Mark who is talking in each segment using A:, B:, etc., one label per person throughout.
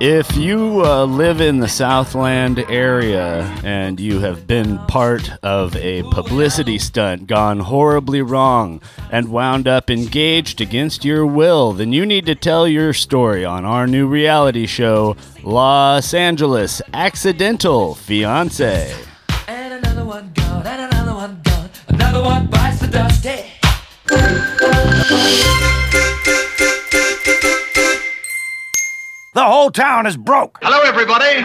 A: If you uh, live in the Southland area and you have been part of a publicity stunt gone horribly wrong and wound up engaged against your will, then you need to tell your story on our new reality show, Los Angeles Accidental Fiance.
B: And another one gone, and another one gone, another one bites the dust. Hey.
C: The whole town is broke.
D: Hello, everybody.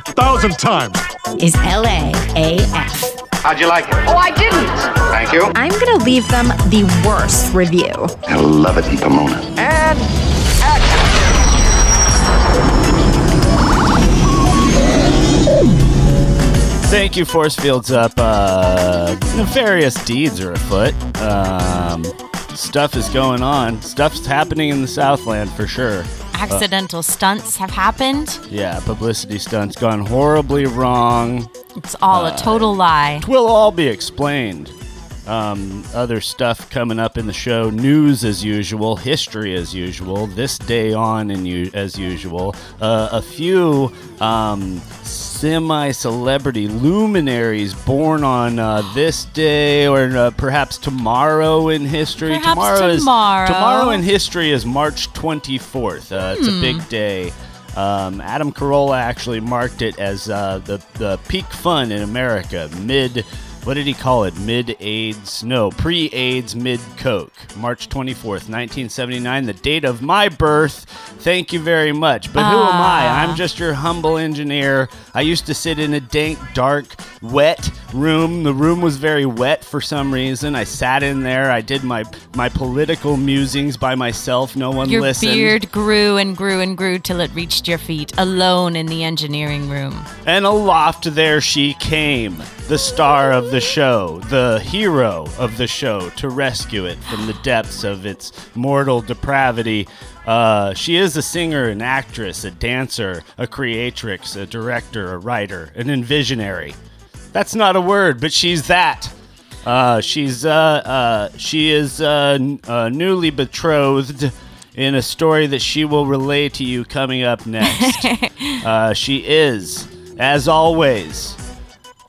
E: thousand times.
F: is LAAF.
D: How'd you like it? Oh, I didn't. Thank you.
G: I'm gonna leave them the worst review.
D: I love it in Pomona.
A: Thank you, Force Fields Up. Uh, nefarious deeds are afoot. Um, stuff is going on. Stuff's happening in the Southland for sure.
H: Accidental stunts have happened.
A: Yeah, publicity stunts gone horribly wrong.
H: It's all a total lie.
A: It will all be explained. Um, other stuff coming up in the show. News as usual, history as usual, this day on in u- as usual. Uh, a few um, semi celebrity luminaries born on uh, this day or uh, perhaps tomorrow in history.
H: Perhaps
A: is,
H: tomorrow.
A: tomorrow in history is March 24th. Uh, It's a big day. Um, Adam Carolla actually marked it as uh, the the peak fun in America. Mid, what did he call it? Mid AIDS? No, pre AIDS, mid Coke. March twenty fourth, nineteen seventy nine, the date of my birth. Thank you very much. But who am I? I'm just your humble engineer. I used to sit in a dank, dark, wet room. The room was very wet for some reason. I sat in there. I did my my political musings by myself. No one
H: Your
A: listened.
H: beard grew and grew and grew till it reached your feet, alone in the engineering room.
A: And aloft there she came, the star of the show, the hero of the show, to rescue it from the depths of its mortal depravity. Uh, she is a singer, an actress, a dancer, a creatrix, a director, a writer, an envisionary. That's not a word, but she's that. Uh, she's uh, uh, she is uh, n- uh, newly betrothed in a story that she will relay to you coming up next. Uh, she is, as always,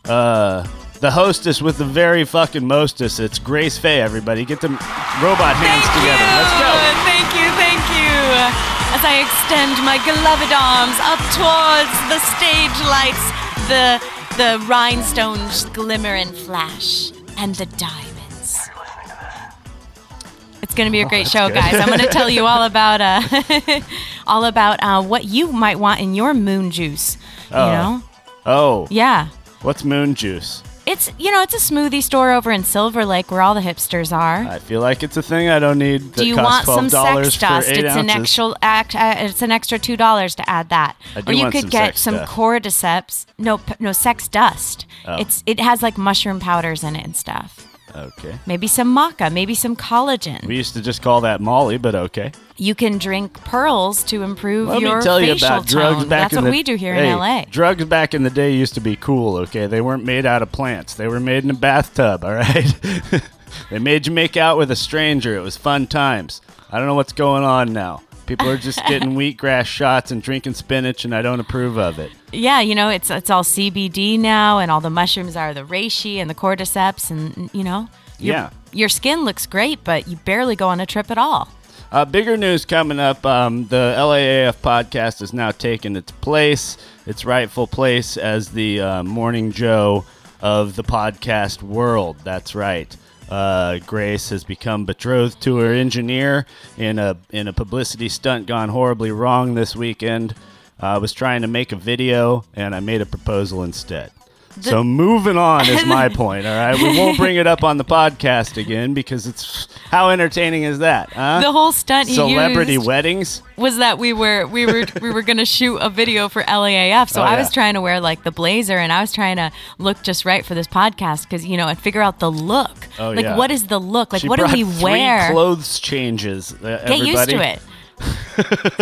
A: uh, the hostess with the very fucking mostess. It's Grace Faye, everybody. Get the robot hands together. Let's go.
H: Thank you, thank you. As I extend my gloved arms up towards the stage lights, the the rhinestones glimmer and flash, and the diamonds. It's gonna
A: Oh,
H: be a great show, guys. I'm gonna tell you all about uh, all about uh, what you might want in your moon juice. You know,
A: Oh,
H: yeah.
A: what's moon juice?
H: It's you know it's a smoothie store over in Silver Lake where all the hipsters are.
A: I feel like it's a thing I don't need. That
H: Do you
A: costs
H: want some
A: $12
H: sex
A: for
H: dust?
A: eight
H: It's an
A: ounces.
H: actual act. Uh, it's an extra two dollars to add that,
A: I do
H: or you
A: want
H: could
A: some
H: get
A: sex
H: some
A: stuff.
H: cordyceps. No, p- no sex dust.
A: Oh.
H: It's it has like mushroom powders in it and stuff.
A: Okay.
H: Maybe some maca. Maybe some collagen.
A: We used to just call that Molly, but okay.
H: you can drink pearls to improve
A: Let
H: your
A: me tell you
H: facial
A: about
H: tone.
A: drugs back
H: That's
A: in
H: what
A: the
H: we do here
A: Hey,
H: in LA.
A: Drugs back in the day used to be cool, okay? They weren't made out of plants. They were made in a bathtub, all right? they made you make out with a stranger. It was fun times. I don't know what's going on now. People are just getting wheatgrass shots and drinking spinach and I don't approve of it.
H: yeah, you know it's it's all CBD now, and all the mushrooms are the reishi and the cordyceps, and you know. your-
A: Yeah.
H: Your skin looks great, but you barely go on a trip at all.
A: Uh, bigger news coming up. Um, the LAAF podcast has now taken its place, its rightful place as the uh, morning Joe of the podcast world. That's right. Uh, Grace has become betrothed to her engineer in a in a publicity stunt gone horribly wrong this weekend. Uh, I was trying to make a video, and I made a proposal instead. so moving on is my point. All right, we won't bring it up on the podcast again because it's how entertaining is that? Huh?
H: The whole stunt he
A: Celebrity
H: used
A: weddings.
H: was that we were we were we were gonna shoot a video for LAAF. So
A: Oh,
H: I
A: yeah.
H: was trying to wear like the blazer and I was trying to look just right for this podcast because you know and figure out the look.
A: Oh,
H: like
A: yeah.
H: what is the look? Like
A: She
H: what do
A: brought
H: we
A: three
H: wear?
A: Clothes changes. Uh,
H: Get used
A: everybody.
H: to it.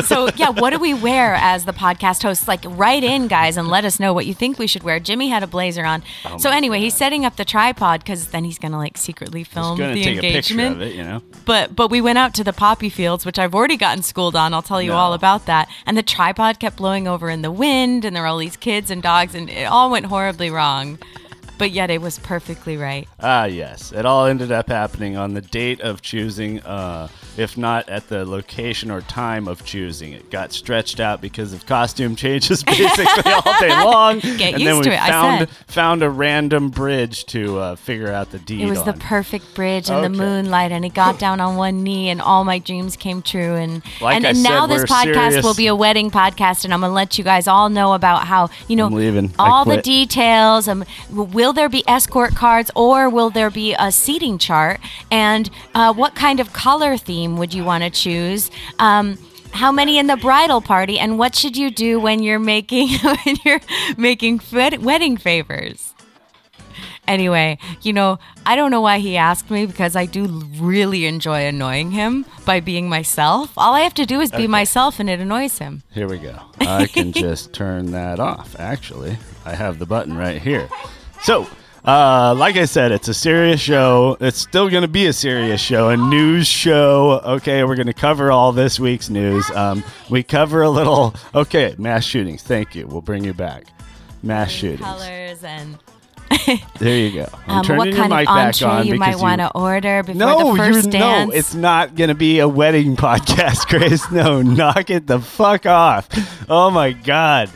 H: so yeah, what do we wear as the podcast hosts? Like write in guys and let us know what you think we should wear. Jimmy had a blazer on.
A: Oh,
H: so anyway, he's setting up the tripod because then he's gonna like secretly film
A: It's gonna
H: the
A: take
H: engagement
A: a picture of it, you know.
H: but but we went out to the poppy fields, which I've already gotten schooled on. I'll tell you all about that. And the tripod kept blowing over in the wind, and there were all these kids and dogs, and it all went horribly wrong. But yet it was perfectly right.
A: Ah, yes. It all ended up happening on the date of choosing, uh, if not at the location or time of choosing. It got stretched out because of costume changes basically all day long.
H: Get
A: and
H: used
A: then we
H: to it, I
A: found,
H: said.
A: found a random bridge to uh, figure out the deed
H: It was the
A: on.
H: perfect bridge and the
A: Okay.
H: moonlight, and he got down on one knee, and all my dreams came true. And
A: Like
H: and,
A: I
H: and now
A: said,
H: this
A: we're
H: podcast
A: serious.
H: will be a wedding podcast, and I'm gonna let you guys all know about how you know
A: I'm leaving. I
H: all the
A: quit.
H: details. Um, w- will there be escort cards, or will there be a seating chart? And uh, what kind of color theme would you want to choose? Um, how many in the bridal party, and what should you do when you're making when you're making fed- wedding favors? Anyway, you know, I don't know why he asked me because I do really enjoy annoying him by being myself. All I have to do is be myself and it annoys him.
A: Here we go. I can just turn that off, actually. I have the button right here. So, uh, like I said, it's a serious show. It's still going to be a serious show, a news show. Okay, we're going to cover all this week's news. Um, we cover a little, okay, mass shootings. Thank you. We'll bring you back. Mass shootings.
H: Colors and
A: There you go. I'm
H: um,
A: turning
H: what
A: your
H: kind
A: mic
H: of
A: back
H: entree
A: on
H: you might
A: because
H: want to order before
A: no,
H: the first
A: you're
H: dance.
A: no. It's not gonna be a wedding podcast, Grace. No, knock it the fuck off. Oh my god.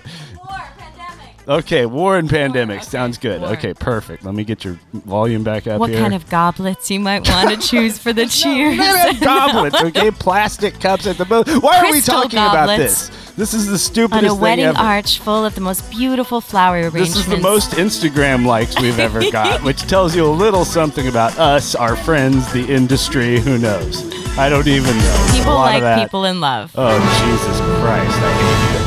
A: Okay, war and pandemic sounds good.
H: war.
A: Okay, perfect. Let me get your volume back up
H: what
A: here.
H: kind of goblets you might want to choose for the cheers.
A: goblets? Okay, plastic cups at the booth. Why are we
H: Crystal
A: talking about
H: goblets.
A: this? This is the
H: On
A: stupidest
H: a wedding
A: thing ever.
H: arch full of the most beautiful flower arrangements.
A: This is the most Instagram likes we've ever got, which tells you a little something about us, our friends, the industry. Who knows? I don't even know.
H: people
A: a lot of
H: like
A: that.
H: people in love.
A: Oh, Jesus Christ. I hate you.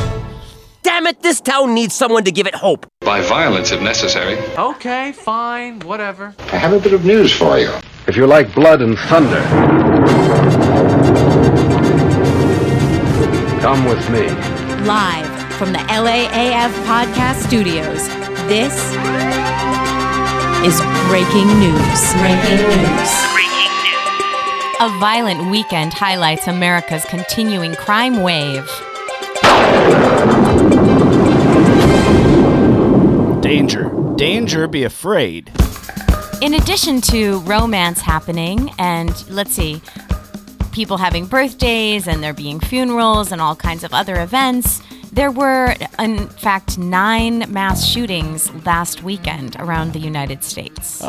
I: Damn it, this town needs someone to give it hope.
D: By violence, if necessary.
B: Okay, fine, whatever.
D: I have a bit of news for you. If you like blood and thunder, come with me.
F: Live from the LAAF podcast studios, this is breaking news. Breaking news.
H: A violent weekend highlights America's continuing crime wave.
A: Danger. Danger, be afraid.
H: In addition to romance happening, and let's see, people having birthdays and there being funerals and all kinds of other events, there were, in fact, nine mass shootings last weekend around the United States.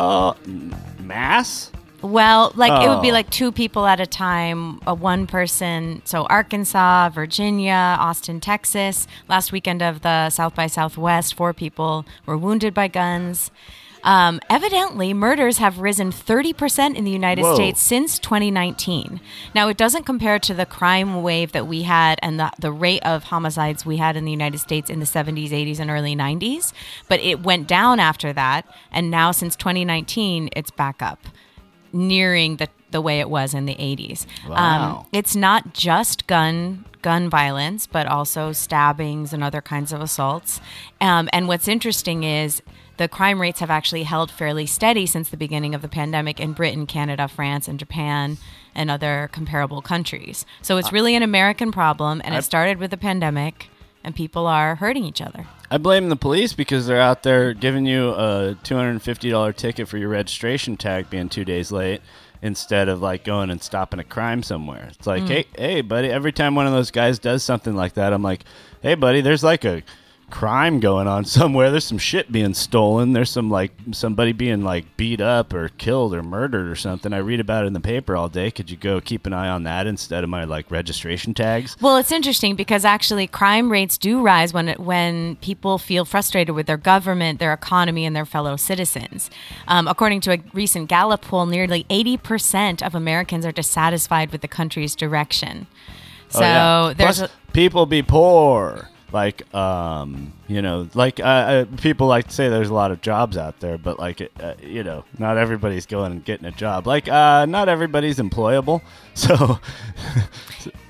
A: Mass?
H: Well, like it would be
A: Oh.
H: like two people at a time, a one person. So Arkansas, Virginia, Austin, Texas. Last weekend of the South by Southwest, four people were wounded by guns. Um, evidently, murders have risen 30% in the United
A: Whoa.
H: States since 2019. Now, it doesn't compare to the crime wave that we had and the, the rate of homicides we had in the United States in the 70s, 80s, and early 90s, but it went down after that. And now, since 2019, it's back up nearing the, the way it was in the 80s.
A: Wow.
H: it's not just gun gun violence, but also stabbings and other kinds of assaults. Um, and what's interesting is the crime rates have actually held fairly steady since the beginning of the pandemic in Britain, Canada, France, and Japan, and other comparable countries. So it's really an American problem, and it started with the pandemic, and people are hurting each other.
A: I blame the police because they're out there giving you a $250 ticket for your registration tag being two days late instead of like going and stopping a crime somewhere. It's like, hey, hey, buddy, every time one of those guys does something like that, I'm like, hey, buddy, there's like a crime going on somewhere. There's some shit being stolen. There's some like somebody being like beat up or killed or murdered or something. I read about it in the paper all day. Could you go keep an eye on that instead of my like registration tags?
H: Well, it's interesting because actually crime rates do rise when it, when people feel frustrated with their government, their economy, and their fellow citizens. Um, according to a recent Gallup poll, nearly 80% of Americans are dissatisfied with the country's direction. So
A: Oh, yeah.
H: there's
A: Plus,
H: a,
A: people be poor. Like, um, you know, like uh, uh, people like to say there's a lot of jobs out there, but like, uh, you know, not everybody's going and getting a job. Like, uh, not everybody's employable. So,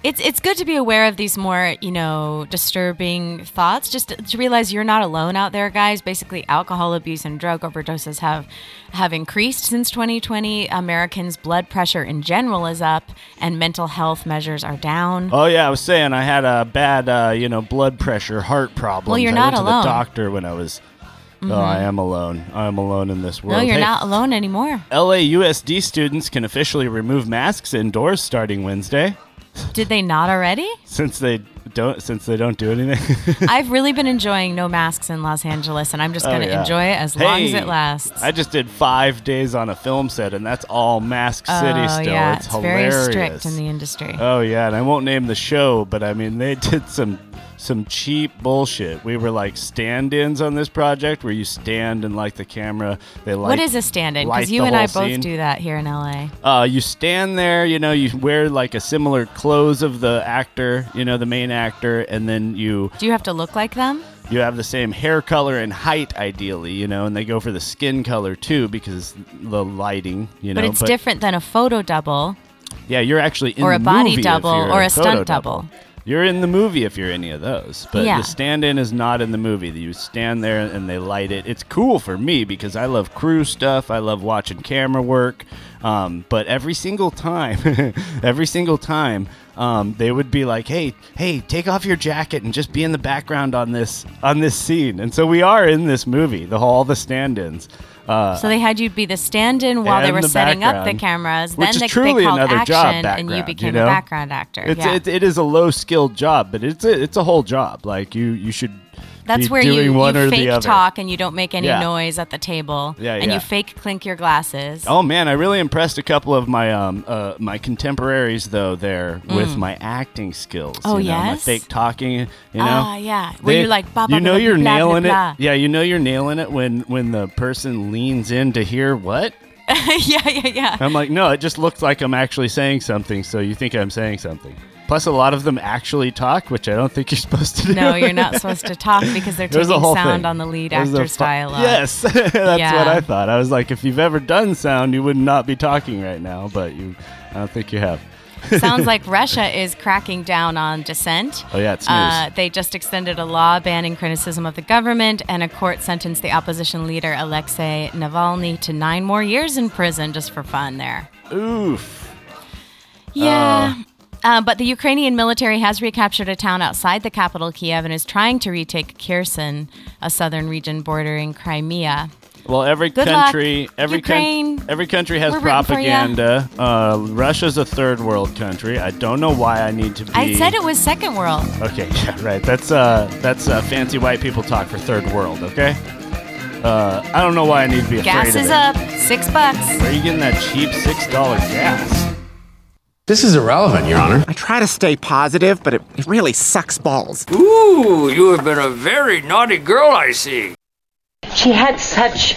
H: it's it's good to be aware of these more you know disturbing thoughts just to, to realize you're not alone out there guys basically alcohol abuse and drug overdoses have have increased since 2020 americans blood pressure in general is up and mental health measures are down
A: Oh yeah, I was saying I had a bad, uh, you know, blood pressure, heart problem.
H: you're
A: I
H: not
A: went
H: alone.
A: To the doctor when I was.
H: Mhm.
A: Oh, I am alone. I am alone in this world.
H: no you're
A: Hey,
H: not alone anymore
A: LAUSD students can officially remove masks indoors starting Wednesday,
H: did they not already
A: since they don't since they don't do anything.
H: i've really been enjoying no masks in los angeles and i'm just
A: Oh,
H: going to
A: yeah.
H: enjoy it as long as
A: Hey,
H: it lasts
A: I just did five days on a film set, and that's all Mask City
H: Oh,
A: still.
H: yeah,
A: it's
H: it's very
A: hilarious.
H: strict in the industry.
A: Oh yeah, and I won't name the show, but I mean they did some some cheap bullshit. We were like stand-ins on this project where you stand and like the camera. They like
H: what is a stand-in
A: light
H: because you
A: the
H: and i
A: whole
H: both
A: scene.
H: do that here in la
A: Uh, you stand there, you know, you wear like a similar clothes of the actor, you know, the main actor, and then you
H: do you have to look like them
A: you have the same hair color and height ideally, you know, and they go for the skin color too because the lighting, you know.
H: but it's different than a photo double
A: Yeah, you're actually in
H: or a
A: the
H: body
A: movie if
H: double
A: you're
H: or
A: in
H: a stunt
A: photo
H: double.
A: You're in the movie if you're any of those, but
H: Yeah.
A: the stand-in is not in the movie. You stand there and they light it. It's cool for me because I love crew stuff. I love watching camera work. Um, but every single time, every single time, um, they would be like, "Hey, hey, take off your jacket and just be in the background on this on this scene." And so we are in this movie. The whole all the stand-ins. Uh,
H: so they had you be the stand-in while they
A: and
H: were
A: the
H: setting up the
A: background,
H: cameras
A: which
H: then
A: is
H: they,
A: truly
H: they called
A: another
H: action
A: job
H: and you
A: background,
H: became
A: know?
H: a background actor
A: It's,
H: yeah.
A: it, it is a low skilled job, but it's a, it's a whole job. Like you you should.
H: that's
A: be
H: where
A: doing
H: you,
A: one
H: you
A: or the
H: fake
A: other.
H: talk and you don't make any
A: Yeah.
H: noise at the table
A: Yeah,
H: and
A: yeah.
H: you fake clink your glasses
A: Oh man, I really impressed a couple of my um uh, my contemporaries though there with
H: Mm.
A: my acting skills.
H: Oh,
A: you know, my
H: yes?
A: fake talking. You know,
H: Ah, yeah. Where you like, ba, ba,
A: you know
H: blah,
A: you're
H: blah, blah,
A: nailing
H: blah.
A: it. Yeah, you know you're nailing it when when the person leans in to hear what.
H: yeah yeah yeah
A: I'm like, no, it just looks like I'm actually saying something, so you think I'm saying something. Plus, a lot of them actually talk, which I don't think you're supposed to do.
H: no you're not supposed to talk because they're
A: There's
H: taking
A: a whole
H: sound
A: thing.
H: on the lead
A: There's a
H: actor's
A: fu-
H: dialogue
A: Yes, that's what
H: Yeah.
A: I thought. I was like, if you've ever done sound, you would not be talking right now, but you, I don't think you have.
H: Sounds like Russia is cracking down on dissent.
A: Oh, yeah, it's news.
H: Uh, they just extended a law banning criticism of the government, and a court sentenced the opposition leader Alexei Navalny to nine more years in prison just for fun there.
A: Oof. Oh.
H: Yeah. Uh, but the Ukrainian military has recaptured a town outside the capital, Kiev, and is trying to retake Kherson, a southern region bordering Crimea.
A: Well, every
H: Good luck,
A: country, every
H: Ukraine.
A: every country has
H: We're rooting for ya.
A: propaganda. Uh, Russia's a third world country. I don't know why I need to be.
H: I said it was second world.
A: Okay, yeah, right. That's uh, that's uh, fancy white people talk for third world. Okay. Uh, I don't know why I need to be afraid
H: Gas
A: of
H: is
A: it.
H: up, six bucks.
A: Where are you getting that cheap six dollar gas?
J: This is irrelevant, Your Honor.
K: I try to stay positive, but it, it really sucks balls.
B: Ooh, you have been a very naughty girl, I see.
L: She had such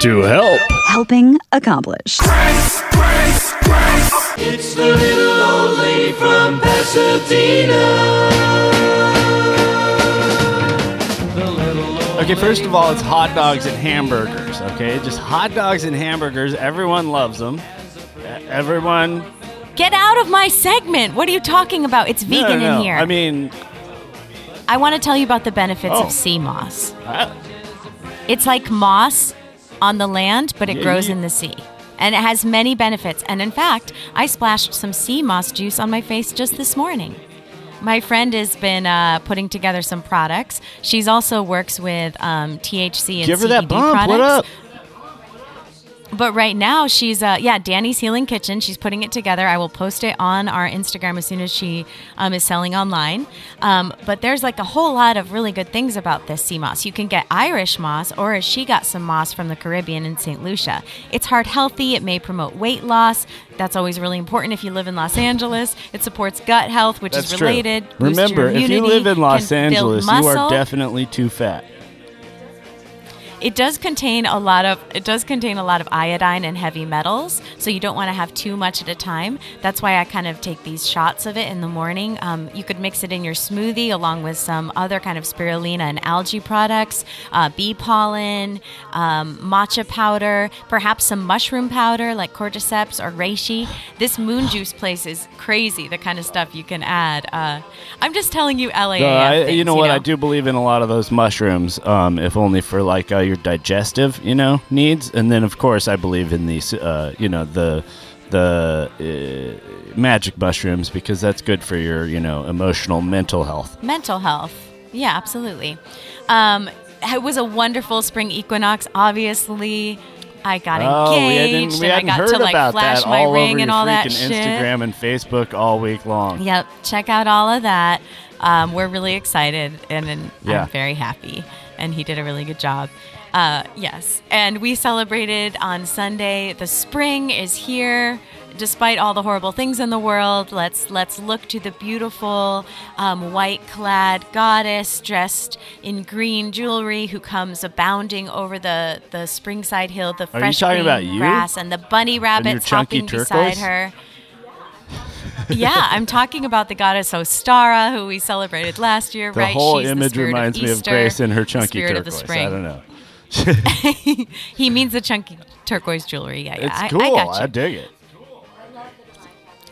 A: to help.
F: Helping accomplished.
B: It's the little old lady from Pasadena.
A: Okay, first of all, it's hot dogs and hamburgers. Okay, just hot dogs and hamburgers. Everyone loves them. Everyone.
H: Get out of my segment. What are you talking about? It's
A: No,
H: vegan
A: no, no.
H: in here.
A: I mean,
H: I want to tell you about the benefits
A: Oh.
H: of sea moss. It's like moss on the land, but it
M: Yeah,
H: grows
M: yeah.
H: in the sea. And it has many benefits. And in fact, I splashed some sea moss juice on my face just this morning. My friend has been uh, putting together some products. She's also works with um, THC and
A: Give her
H: CBD
A: that bump.
H: products.
A: What up?
H: But right now, she's uh, yeah, Danny's Healing Kitchen. She's putting it together. I will post it on our Instagram as soon as she um, is selling online. Um, but there's like a whole lot of really good things about this sea moss. You can get Irish moss, or as she got some moss from the Caribbean in St. Lucia. It's heart healthy. It may promote weight loss. That's always really important if you live in Los Angeles. It supports gut health, which
A: That's
H: is
A: true.
H: related. boosts your
A: Remember, if you
H: immunity,
A: live in Los
H: can build
A: Angeles, you are
H: muscle.
A: definitely too fat.
H: It does contain a lot of it does contain a lot of iodine and heavy metals, so you don't want to have too much at a time. That's why I kind of take these shots of it in the morning. Um, you could mix it in your smoothie along with some other kind of spirulina and algae products, uh, bee pollen, um, matcha powder, perhaps some mushroom powder like cordyceps or reishi. This moon juice place is crazy. The kind of stuff you can add. Uh, I'm just telling you, LA.
A: No, I- you know what? I do believe in a lot of those mushrooms, um, if only for like uh, your digestive, you know, needs. And then, of course, I believe in these, uh, you know, the the uh, magic mushrooms because that's good for your, you know, emotional, mental health.
H: Mental health. Yeah, absolutely. Um, it was a wonderful spring equinox, obviously. I got
A: Oh, we
H: engaged
A: hadn't, we
H: and I
A: hadn't
H: got
A: heard
H: to like
A: about
H: flash
A: that
H: my
A: all
H: ring
A: over
H: and
A: your
H: all that
A: freaking
H: shit.
A: Instagram and Facebook all week long.
H: Yep, check out all of that. Um, we're really excited and, and
A: Yeah.
H: I'm very happy. And he did a really good job. Uh, yes. And we celebrated on Sunday. The spring is here. Despite all the horrible things in the world, let's let's look to the beautiful um, white-clad goddess dressed in green jewelry who comes abounding over the the Springside Hill, the
A: you
H: fresh
A: talking
H: green
A: about you?
H: grass, and the bunny
A: your
H: rabbits
A: chunky
H: hopping beside
A: turquoise?
H: her yeah, I'm talking about the goddess Ostara, who we celebrated last year,
A: The
H: right?
A: whole
H: She's
A: image
H: the spirit
A: reminds
H: of
A: me of
H: Easter,
A: Grace and her
H: the
A: chunky
H: spirit
A: turquoise.
H: Of the spring.
A: I don't know.
H: He means the chunky turquoise jewelry. Yeah, yeah.
A: It's
H: I-
A: cool.
H: I, got you.
A: dig it.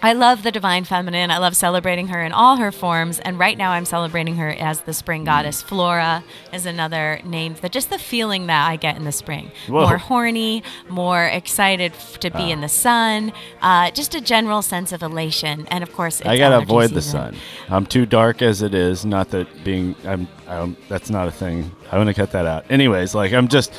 H: I love the divine feminine. I love celebrating her in all her forms. And right now, I'm celebrating her as the
A: Hmm.
H: spring goddess. Flora is another name that just the feeling that I get in the spring
M: Whoa.
H: more horny, more excited f- to be
A: Ah.
H: in the sun, uh, just a general sense of elation. And of course, it's
A: I gotta
H: allergy
A: avoid the
H: season.
A: sun. I'm too dark as it is. Not that being, I'm, I'm. That's not a thing. I'm gonna cut that out. Anyways, like I'm just.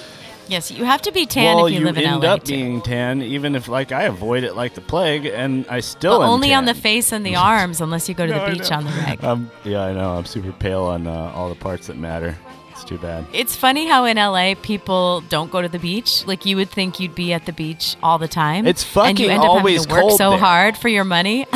H: Yes, you have to be tan
A: well,
H: if you, live in
A: end
H: LA.
A: up being tan, even if like I avoid it like the plague, and I still
H: But
A: am
H: only
A: tan.
H: on the face and the arms, unless you go to the beach on the reg.
A: Um, yeah, I know. I'm super pale on uh, all the parts that matter. It's too bad.
H: It's funny how in LA people don't go to the beach. Like you would think you'd be at the beach all the time.
A: It's
H: and
A: fucking
H: you end up
A: always
H: having to work
A: cold
H: so
A: there.
H: hard for your money.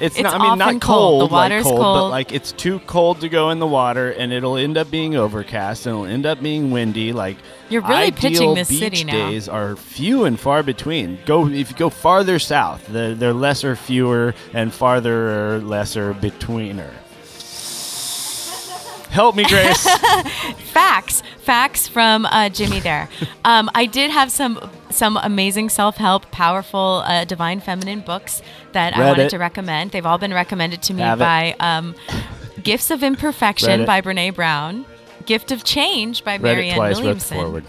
A: It's,
H: It's
A: not. I mean,
H: often
A: not
H: cold.
A: cold.
H: The
A: like
H: water's
A: cold, but
H: cold.
A: like it's too cold to go in the water, and it'll end up being overcast, and it'll end up being windy. Like
H: You're really
A: ideal
H: pitching this
A: beach
H: city now.
A: days are few and far between. Go if you go farther south, they're, they're lesser, fewer, and farther or lesser betweener. Help me, Grace.
H: facts, facts from uh, Jimmy there. Um, I did have some some amazing self help, powerful uh, divine feminine books that I
M: Read
H: wanted
M: it.
H: to recommend. They've all been recommended to me
M: Have it.
H: by um, Gifts of
M: Read
H: Imperfection
M: it.
H: by Brene Brown, Gift of Change by
A: read it
H: Marianne
A: twice. Read
H: Williamson.
A: forward.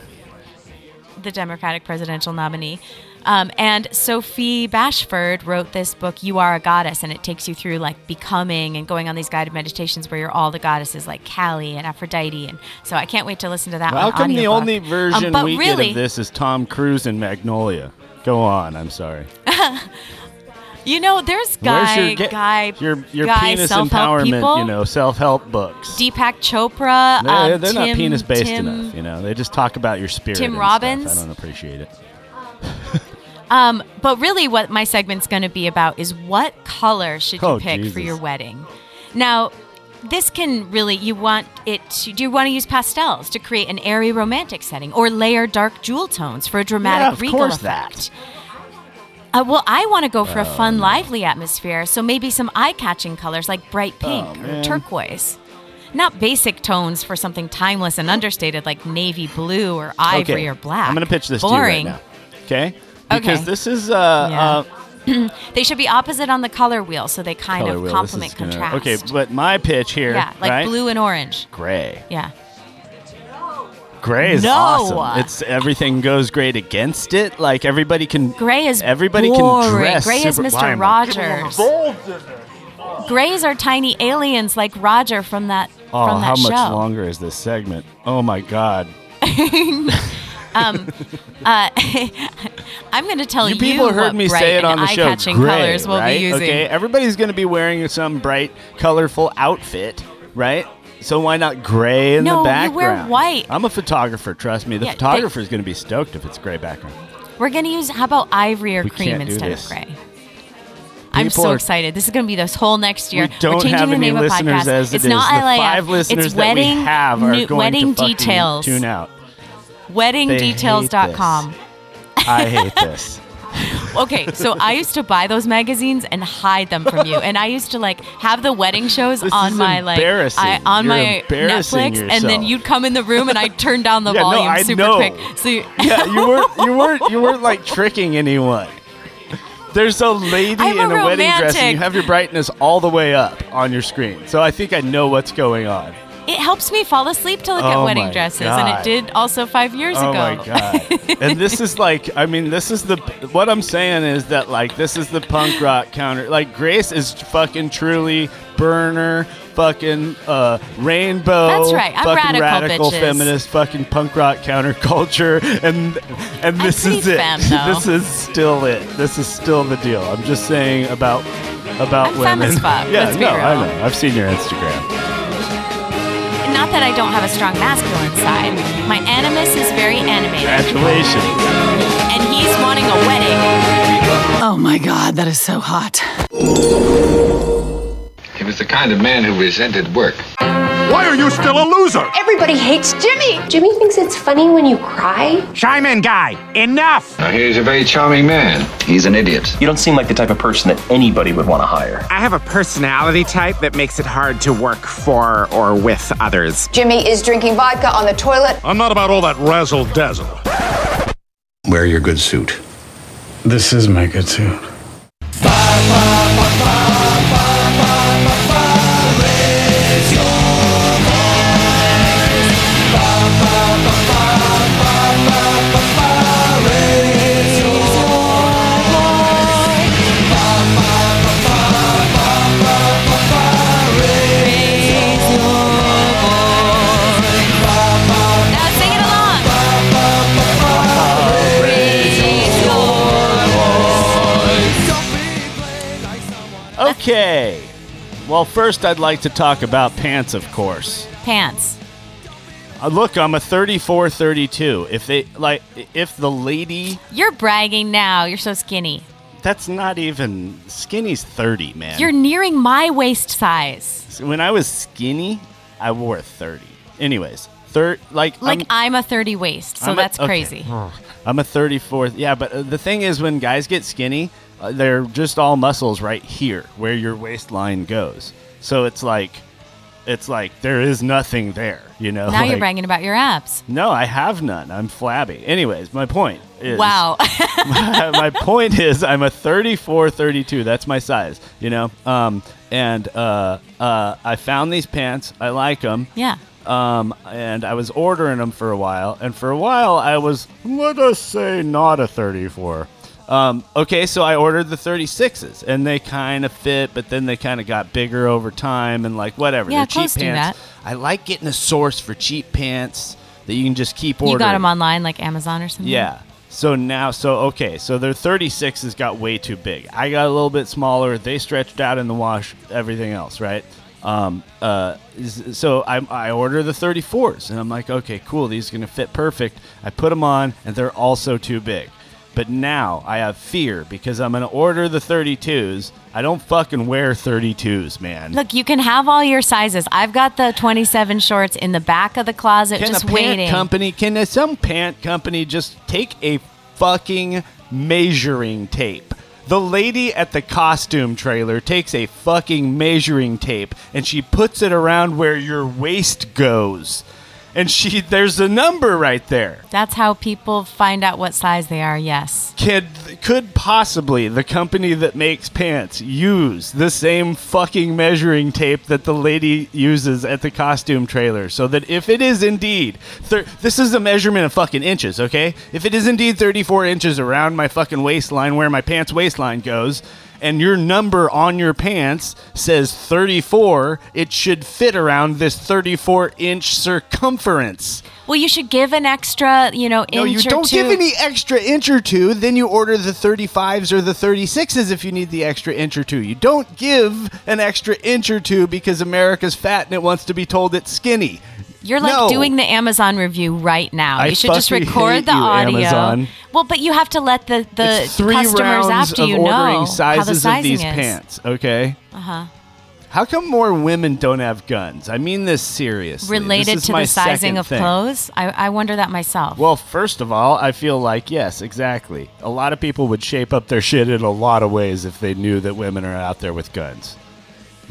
H: the Democratic presidential nominee. Um, and Sophie Bashford wrote this book, You Are a Goddess, and it takes you through like becoming and going on these guided meditations where you're all the goddesses like Callie and Aphrodite. And so I can't wait to listen to that
A: How
H: one.
A: come the only version
H: Um, but
A: we
H: really,
A: get of this is Tom Cruise and Magnolia? Go on. I'm sorry.
H: You know,
A: Where's
H: there's guy,
A: your get-
H: guy,
A: Your your
H: guy
A: penis
H: self-help
A: empowerment,
H: people.
A: you know, self help books.
H: Deepak Chopra.
A: No,
H: um,
A: they're, they're
H: Tim-
A: not penis based
H: Tim-
A: enough. You know, they just talk about your spirit. and
H: Tim
A: stuff.
H: Robbins?
A: I don't appreciate it.
H: Um, but really, what my segment's going to be about is what color should you
A: Oh,
H: pick for
A: Jesus.
H: your wedding? Now, this can really, you want it to, do you want to use pastels to create an airy romantic setting or layer dark jewel tones for a dramatic
M: Yeah, of
H: regal
M: course
H: effect? Uh, well, I want to go for a
M: Oh,
H: fun, lively atmosphere, so maybe some eye catching colors like bright pink or
M: man.
H: turquoise. Not basic tones for something timeless and understated like navy blue or ivory
A: okay.
H: or black.
A: I'm going to pitch this
H: Boring.
A: to you right now. Okay? Because this is uh, uh
H: they should be opposite on the color wheel, so they kind
A: Color
H: of
A: wheel. This
H: complement
A: is gonna-
H: contrast.
A: Okay, but my pitch here.
H: Yeah, like
A: right?
H: blue and orange.
A: Gray.
H: Yeah.
A: Gray is
H: No.
A: awesome. It's everything goes great against it. Like everybody can.
H: Gray is
A: everybody
H: boring.
A: can dress.
H: Gray is
A: super-
H: Mr.
A: Why am I
H: Rogers. Grays are tiny aliens like Roger from that
A: Oh,
H: from
A: how
H: that
A: much
H: show.
A: longer is this segment? Oh my God!
H: um, uh, I'm going to tell you,
A: you people heard
H: what
A: me
H: bright
A: say it
H: and
A: on the show.
H: eye-catching
A: Gray,
H: colors we'll
A: right?
H: be using.
A: Okay, everybody's going to be wearing some bright, colorful outfit, right? So why not gray in
H: No,
A: the
H: you
A: background?
H: wear white.
A: I'm a photographer. Trust me, the
H: Yeah, they-
A: photographer's going to be stoked if it's gray background.
H: We're going to use how about ivory or
A: We
H: cream
A: can't do
H: instead
A: this.
H: of gray. I'm
A: People
H: so
A: are-
H: excited. This is going to be this whole next year.
A: We don't
H: are changing
A: have
H: the
A: any
H: name of
A: listeners
H: podcast.
A: as it
H: it's
A: is.
H: not
A: the
H: ILAF.
A: five listeners
H: it's
A: that we
H: wedding,
A: have are
H: nu-
A: going
H: wedding
A: to fucking
H: details.
A: tune out.
H: Weddingdetails.com.
A: I hate this.
H: okay, so I used to buy those magazines and hide them from you, and I used to like have the wedding shows
A: This
H: on
A: is
H: my like
A: embarrassing.
H: I, on
A: You're
H: my
A: embarrassing
H: Netflix, and
A: yourself.
H: then you'd come in the room and I'd turn down the
A: Yeah, no,
H: volume
A: I
H: super
A: know.
H: quick. So you,
A: yeah, you weren't you weren't you weren't like tricking anyone. There's a lady
H: I'm a
A: in a, wedding dress and
H: romantic.
A: you have your brightness all the way up on your screen. So I think I know what's going on.
H: it helps me fall asleep to look
A: Oh
H: at wedding
A: my
H: dresses, and
A: God.
H: it did also five years
A: oh
H: ago.
A: my god. and this is like I mean this is the what I'm saying is that like this is the punk rock counter. Like Grace is fucking truly burner fucking uh rainbow
H: That's right. I'm
A: fucking radical
H: radical, bitches.
A: feminist fucking punk rock counterculture and and
H: I'm
A: this is
H: pretty
A: it.
H: femme, though.
A: this is still it. This is still the deal. I'm just saying about about
H: I'm femme
A: women.
H: as fuck,
A: yeah,
H: let's be
A: no, I
H: real.
A: know. I've seen your Instagram.
H: Not that I don't have a strong masculine side. My animus is very animated,
A: Congratulations.
H: and he's wanting a wedding.
M: Oh my god, that is so hot.
D: He was the kind of man who resented work.
E: Why are you still a loser?
L: Everybody hates Jimmy. Jimmy thinks it's funny when you cry.
C: Shyman guy, enough!
D: Now, he's a very charming man. He's an idiot.
N: You don't seem like the type of person that anybody would want to hire.
K: I have a personality type that makes it hard to work for or with others.
O: Jimmy is drinking vodka on the toilet.
E: I'm not about all that razzle dazzle.
N: Wear your good suit.
P: This is my good suit.
A: Okay. Well, first I'd like to talk about pants, of course.
H: Pants.
A: Uh, look, I'm a 34 32. If they like if the lady
H: You're bragging now. You're so skinny.
A: that's not even skinny's 30, man.
H: You're nearing my waist size.
A: when I was skinny, I wore a 30. Anyways, third like
H: Like
A: I'm-
H: I'm, a 30 waist, so
A: I'm a-
H: that's
A: okay. Oh.
H: crazy.
A: I'm a 34th. Yeah, but uh, the thing is, when guys get skinny, uh, they're just all muscles right here where your waistline goes. So it's like, it's like there is nothing there, you know?
H: Now you're
A: Like,
H: bragging about your abs.
A: No, I have none. I'm flabby. Anyways, my point is.
H: Wow.
A: my point is, I'm a 34, 32. That's my size, you know? Um, and uh, uh, I found these pants. I like them.
H: Yeah.
A: Um, and I was ordering them for a while. And for a while, I was, let us say, not a 34. Um, okay, so I ordered the 36s, and they kind of fit, but then they kind of got bigger over time and like whatever.
H: Yeah,
A: They're cheap
H: clothes do
A: pants. I like getting a source for cheap pants that you can just keep ordering.
H: You got them online, like Amazon or something?
A: Yeah. So now, so okay, so their 36 has got way too big. I got a little bit smaller. They stretched out in the wash. Everything else, right? Um, uh, s- so I, I order the 34s, and I'm like, okay, cool. These are gonna fit perfect. I put them on, and they're also too big. But now I have fear because I'm gonna order the 32s. I don't fucking wear 32s, man.
H: Look, you can have all your sizes. I've got the 27 shorts in the back of the closet
A: can
H: just
A: a pant
H: waiting.
A: company can a- some pant company just take a fucking measuring tape the lady at the costume trailer takes a fucking measuring tape and she puts it around where your waist goes and she there's a number right there.
H: That's how people find out what size they are, yes.
A: Could could possibly the company that makes pants use the same fucking measuring tape that the lady uses at the costume trailer so that if it is indeed thir- this is a measurement of fucking inches, okay? If it is indeed 34 inches around my fucking waistline where my pants waistline goes, and your number on your pants says 34, it should fit around this 34 inch circumference.
H: Well, you should give an extra, you know, inch
A: No, you
H: or
A: don't
H: two.
A: give any extra inch or two, then you order the 35s or the 36s if you need the extra inch or two. You don't give an extra inch or two because America's fat and it wants to be told it's skinny.
H: You're like
A: No.
H: doing the Amazon review right now.
A: I
H: you should just
A: fucking hate
H: record the
A: you,
H: audio.
A: Amazon.
H: Well, but you have to let the the
A: it's three
H: customers
A: rounds
H: after
A: of
H: you
A: ordering
H: know how the
A: sizes
H: sizing
A: of these
H: is.
A: pants, okay?
H: Uh huh.
A: How come more women don't have guns? I mean this seriously. This
H: Related
A: is
H: to
A: my
H: the sizing
A: second
H: of
A: thing.
H: clothes, I, I wonder that myself.
A: Well, first of all, I feel like yes, exactly. A lot of people would shape up their shit in a lot of ways if they knew that women are out there with guns.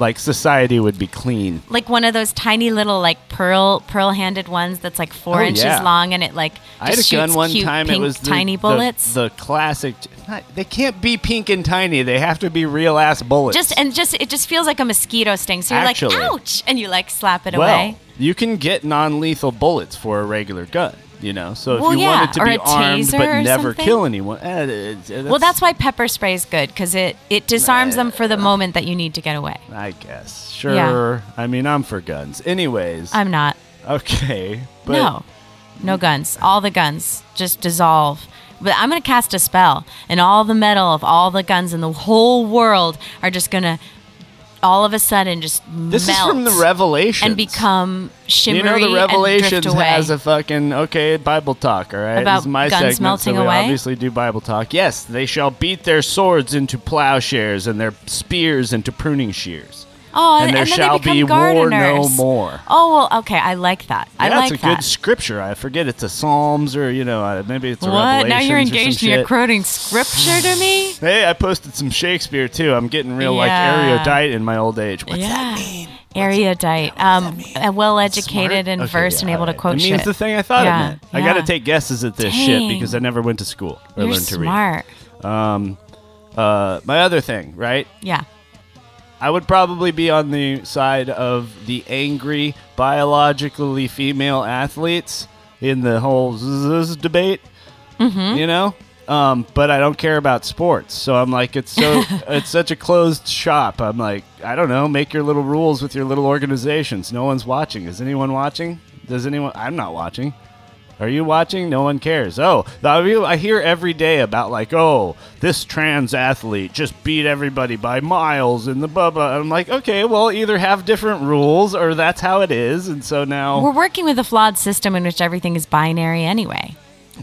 A: Like society would be clean.
H: Like one of those tiny little like pearl pearl handed ones that's like four
A: Oh,
H: inches
A: yeah.
H: long and it like just
A: I had a gun
H: shoots
A: one
H: cute
A: time.
H: pink
A: it was the,
H: tiny
A: the-
H: bullets.
A: The, classic. not- they can't be pink and tiny. They have to be real ass bullets.
H: just and just it just feels like a mosquito sting. So you're
A: Actually.
H: like ouch, and you like slap it
A: well,
H: away.
A: you can get non-lethal bullets for a regular gun. You know, so if
H: Well,
A: you
H: yeah,
A: wanted to
H: or
A: be
H: a
A: armed
H: taser or
A: but never
H: something.
A: kill anyone, eh, it- it-
H: well, that's why pepper spray is good because it it disarms them for the moment that you need to get away.
A: I guess. Sure.
H: Yeah.
A: I mean, I'm for guns. Anyways.
H: I'm not.
A: okay. But
H: no, no guns. All the guns just dissolve. But I'm gonna cast a spell, and all the metal of all the guns in the whole world are just gonna, all of a sudden, just
A: This is
H: melt
A: from the Revelations.
H: and become shimmery
A: you know, the
H: and
A: Revelations
H: drift away.
A: has a fucking okay Bible talk. All right,
H: About
A: this is my
H: guns
A: segment,
H: melting
A: so we
H: away?
A: obviously do Bible talk. Yes, they shall beat their swords into plowshares and their spears into pruning shears.
H: oh,
A: and
H: and,
A: there
H: then
A: shall
H: they become
A: be war
H: gardeners.
A: no more.
H: Oh well, okay, I like that. I
A: that's
H: like
A: a
H: that.
A: good scripture. I forget it's a Psalms or you know uh, maybe it's a
H: what? Now
A: Revelations or some
H: you're engaged and you're
A: shit.
H: quoting scripture to me?
A: Hey, I posted some Shakespeare too. I'm getting real like
H: Yeah.
A: erudite in my old age. What's
H: yeah.
A: that?
H: Erudite, um, well educated and
A: Okay,
H: versed and
A: yeah,
H: able to
A: alright.
H: quote
A: It
H: shit.
A: means the thing I thought
H: yeah,
A: it meant. I got to
H: yeah.
A: take guesses at this
H: Dang.
A: shit because I never went to school or
H: You're
A: learned to
H: smart.
A: read. Um, uh, my other thing, right?
H: Yeah.
A: I would probably be on the side of the angry, biologically female athletes in the whole zzz debate. You know, um, but I don't care about sports, so I'm like, it's so it's such a closed shop. I'm like, I don't know, make your little rules with your little organizations. No one's watching. Is anyone watching? Does anyone? I'm not watching. Are you watching? No one cares. Oh, the- I hear- I hear every day about like, oh, this trans athlete just beat everybody by miles in the blah blah. I'm like, okay, well, either have different rules or that's how it is, and so now
H: We're working with a flawed system in which everything is binary anyway.